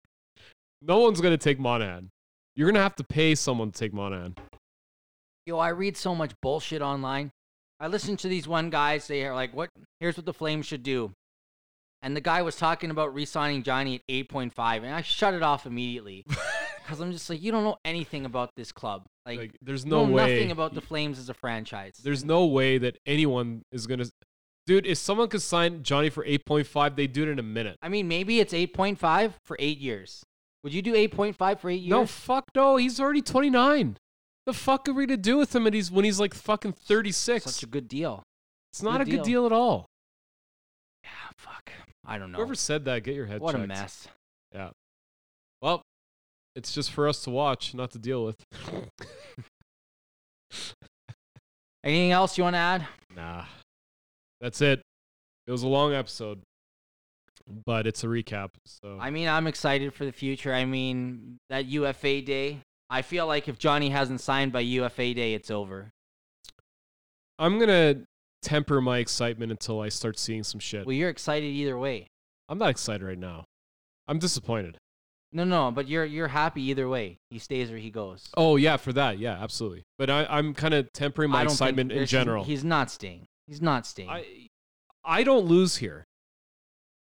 Speaker 2: No one's going to take Monahan. You're going to have to pay someone to take Monahan.
Speaker 1: Yo, I read so much bullshit online. I listen to these one guys. They are like, "What? Here's what the Flames should do." And the guy was talking about re-signing Johnny at 8.5, and I shut it off immediately because I'm just like, you don't know anything about this club. Like,
Speaker 2: Like, there's
Speaker 1: you
Speaker 2: no
Speaker 1: know
Speaker 2: way.
Speaker 1: nothing about the Flames as a franchise.
Speaker 2: there's no way that anyone is going to. Dude, if someone could sign Johnny for 8.5, they do it in a minute.
Speaker 1: I mean, maybe it's 8.5 for eight years. Would you do 8.5 for eight years?
Speaker 2: No, fuck no. He's already 29. The fuck are we to do with him? And he's when he's like fucking 36.
Speaker 1: such a good deal.
Speaker 2: it's not
Speaker 1: good
Speaker 2: a good
Speaker 1: deal.
Speaker 2: deal at all.
Speaker 1: Yeah, fuck. I don't know.
Speaker 2: Whoever said that, get your head
Speaker 1: what
Speaker 2: checked.
Speaker 1: a mess.
Speaker 2: Well, it's just for us to watch, not to deal with.
Speaker 1: Anything else you want to add?
Speaker 2: nah. That's it. It was a long episode, but it's a recap. So
Speaker 1: I mean, I'm excited for the future. I mean, that UFA day. I feel like if Johnny hasn't signed by UFA day, it's over.
Speaker 2: I'm going to temper my excitement until I start seeing some shit.
Speaker 1: Well, you're excited either way.
Speaker 2: I'm not excited right now. I'm disappointed.
Speaker 1: No, no, but you're you're happy either way. He stays or he goes.
Speaker 2: Oh, yeah, for that. Yeah, absolutely. But I, I'm kind of tempering my
Speaker 1: I don't think
Speaker 2: excitement in
Speaker 1: there's-
Speaker 2: general.
Speaker 1: He's not staying. He's not staying.
Speaker 2: I I don't lose here.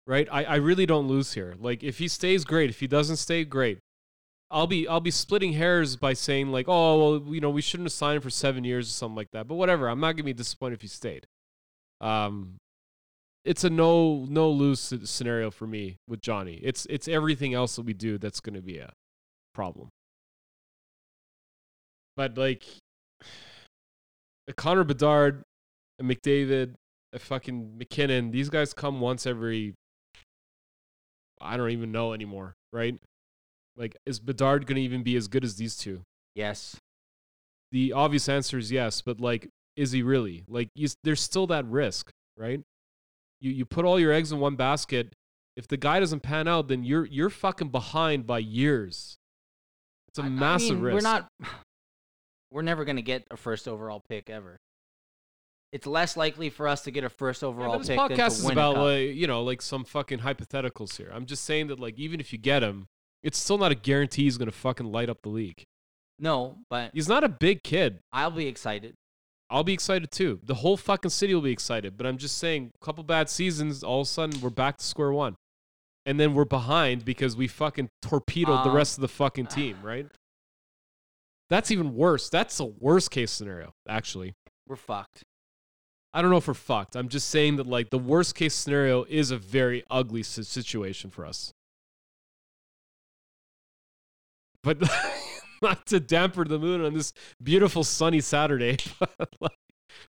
Speaker 2: Right? I, I really don't lose here. Like if he stays great, if he doesn't stay great. I'll be I'll be splitting hairs by saying like, "Oh, well, you know, we shouldn't have signed him for 7 years or something like that." But whatever, I'm not going to be disappointed if he stayed. Um it's a no no lose sce- scenario for me with Johnny. It's it's everything else that we do that's going to be a problem. But like Connor Bedard and McDavid, and fucking McKinnon. These guys come once every. I don't even know anymore, right? Like, is Bedard going to even be as good as these two?
Speaker 1: yes.
Speaker 2: The obvious answer is yes, but like, is he really? Like, you, s- there's still that risk, right? You you put all your eggs in one basket. If the guy doesn't pan out, then you're you're fucking behind by years. It's a
Speaker 1: I- I
Speaker 2: massive
Speaker 1: mean,
Speaker 2: risk.
Speaker 1: We're not. We're never going to get a first overall pick ever. It's less likely for us to get a first
Speaker 2: Yeah,
Speaker 1: overall
Speaker 2: but this
Speaker 1: pick than to
Speaker 2: podcast is
Speaker 1: win a
Speaker 2: about
Speaker 1: cup.
Speaker 2: like you know like some fucking hypotheticals here. I'm just saying that like even if you get him, it's still not a guarantee he's gonna fucking light up the league.
Speaker 1: no, but
Speaker 2: He's not a big kid.
Speaker 1: I'll be excited.
Speaker 2: I'll be excited too. The whole fucking city will be excited. But I'm just saying, a couple bad seasons, all of a sudden we're back to square one, and then we're behind because we fucking torpedoed the
Speaker 1: Um,
Speaker 2: rest of the fucking team, right? That's even worse. That's the worst case scenario, actually.
Speaker 1: We're fucked.
Speaker 2: I don't know if we're fucked. I'm just saying that like the worst case scenario is a very ugly si- situation for us. But not to damper the mood on this beautiful sunny Saturday, but like,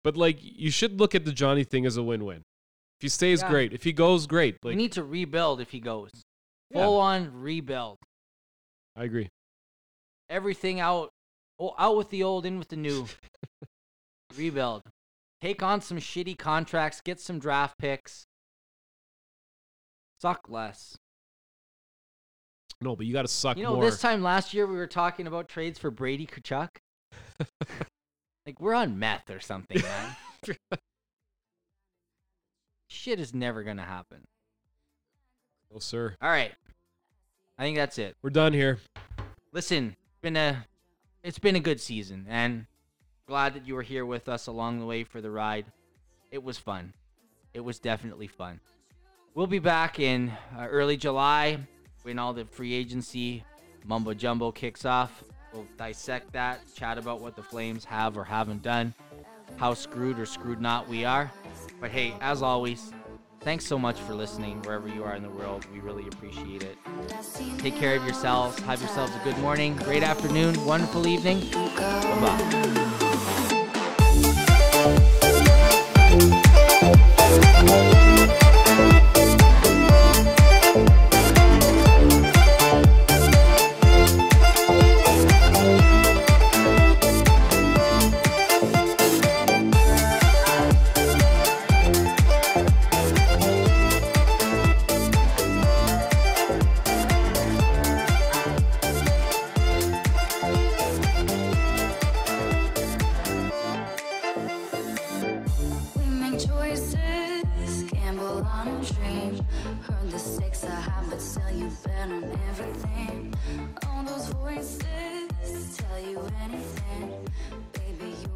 Speaker 2: but like you should look at the Johnny thing as a win-win. If he stays,
Speaker 1: Yeah.
Speaker 2: great. If he goes, great.
Speaker 1: we
Speaker 2: Like
Speaker 1: need to rebuild if he goes.
Speaker 2: Yeah.
Speaker 1: Full on rebuild.
Speaker 2: I agree.
Speaker 1: Everything out, oh, out with the old, in with the new. rebuild. Take on some shitty contracts. Get some draft picks. Suck less.
Speaker 2: No, but you got to suck
Speaker 1: You know,
Speaker 2: more.
Speaker 1: this time last year we were talking about trades for Brady Kachuk. like we're on meth or something, man. Shit is never gonna happen.
Speaker 2: no, sir.
Speaker 1: All right, I think that's it.
Speaker 2: We're done here.
Speaker 1: Listen, it's been a it's been a good season, and glad that you were here with us along the way for the ride. It was fun. It was definitely fun. We'll be back in uh, early July when all the free agency mumbo jumbo kicks off. We'll dissect that, chat about what the Flames have or haven't done, how screwed or screwed not we are. But hey, as always, thanks so much for listening wherever you are in the world. We really appreciate it. Take care of yourselves. Have yourselves a good morning, great afternoon, wonderful evening. Bye bye.
Speaker 3: We make choices, gamble on a dream. Heard the stakes are high, but still you bet on everything. All those voices tell you anything. Baby, you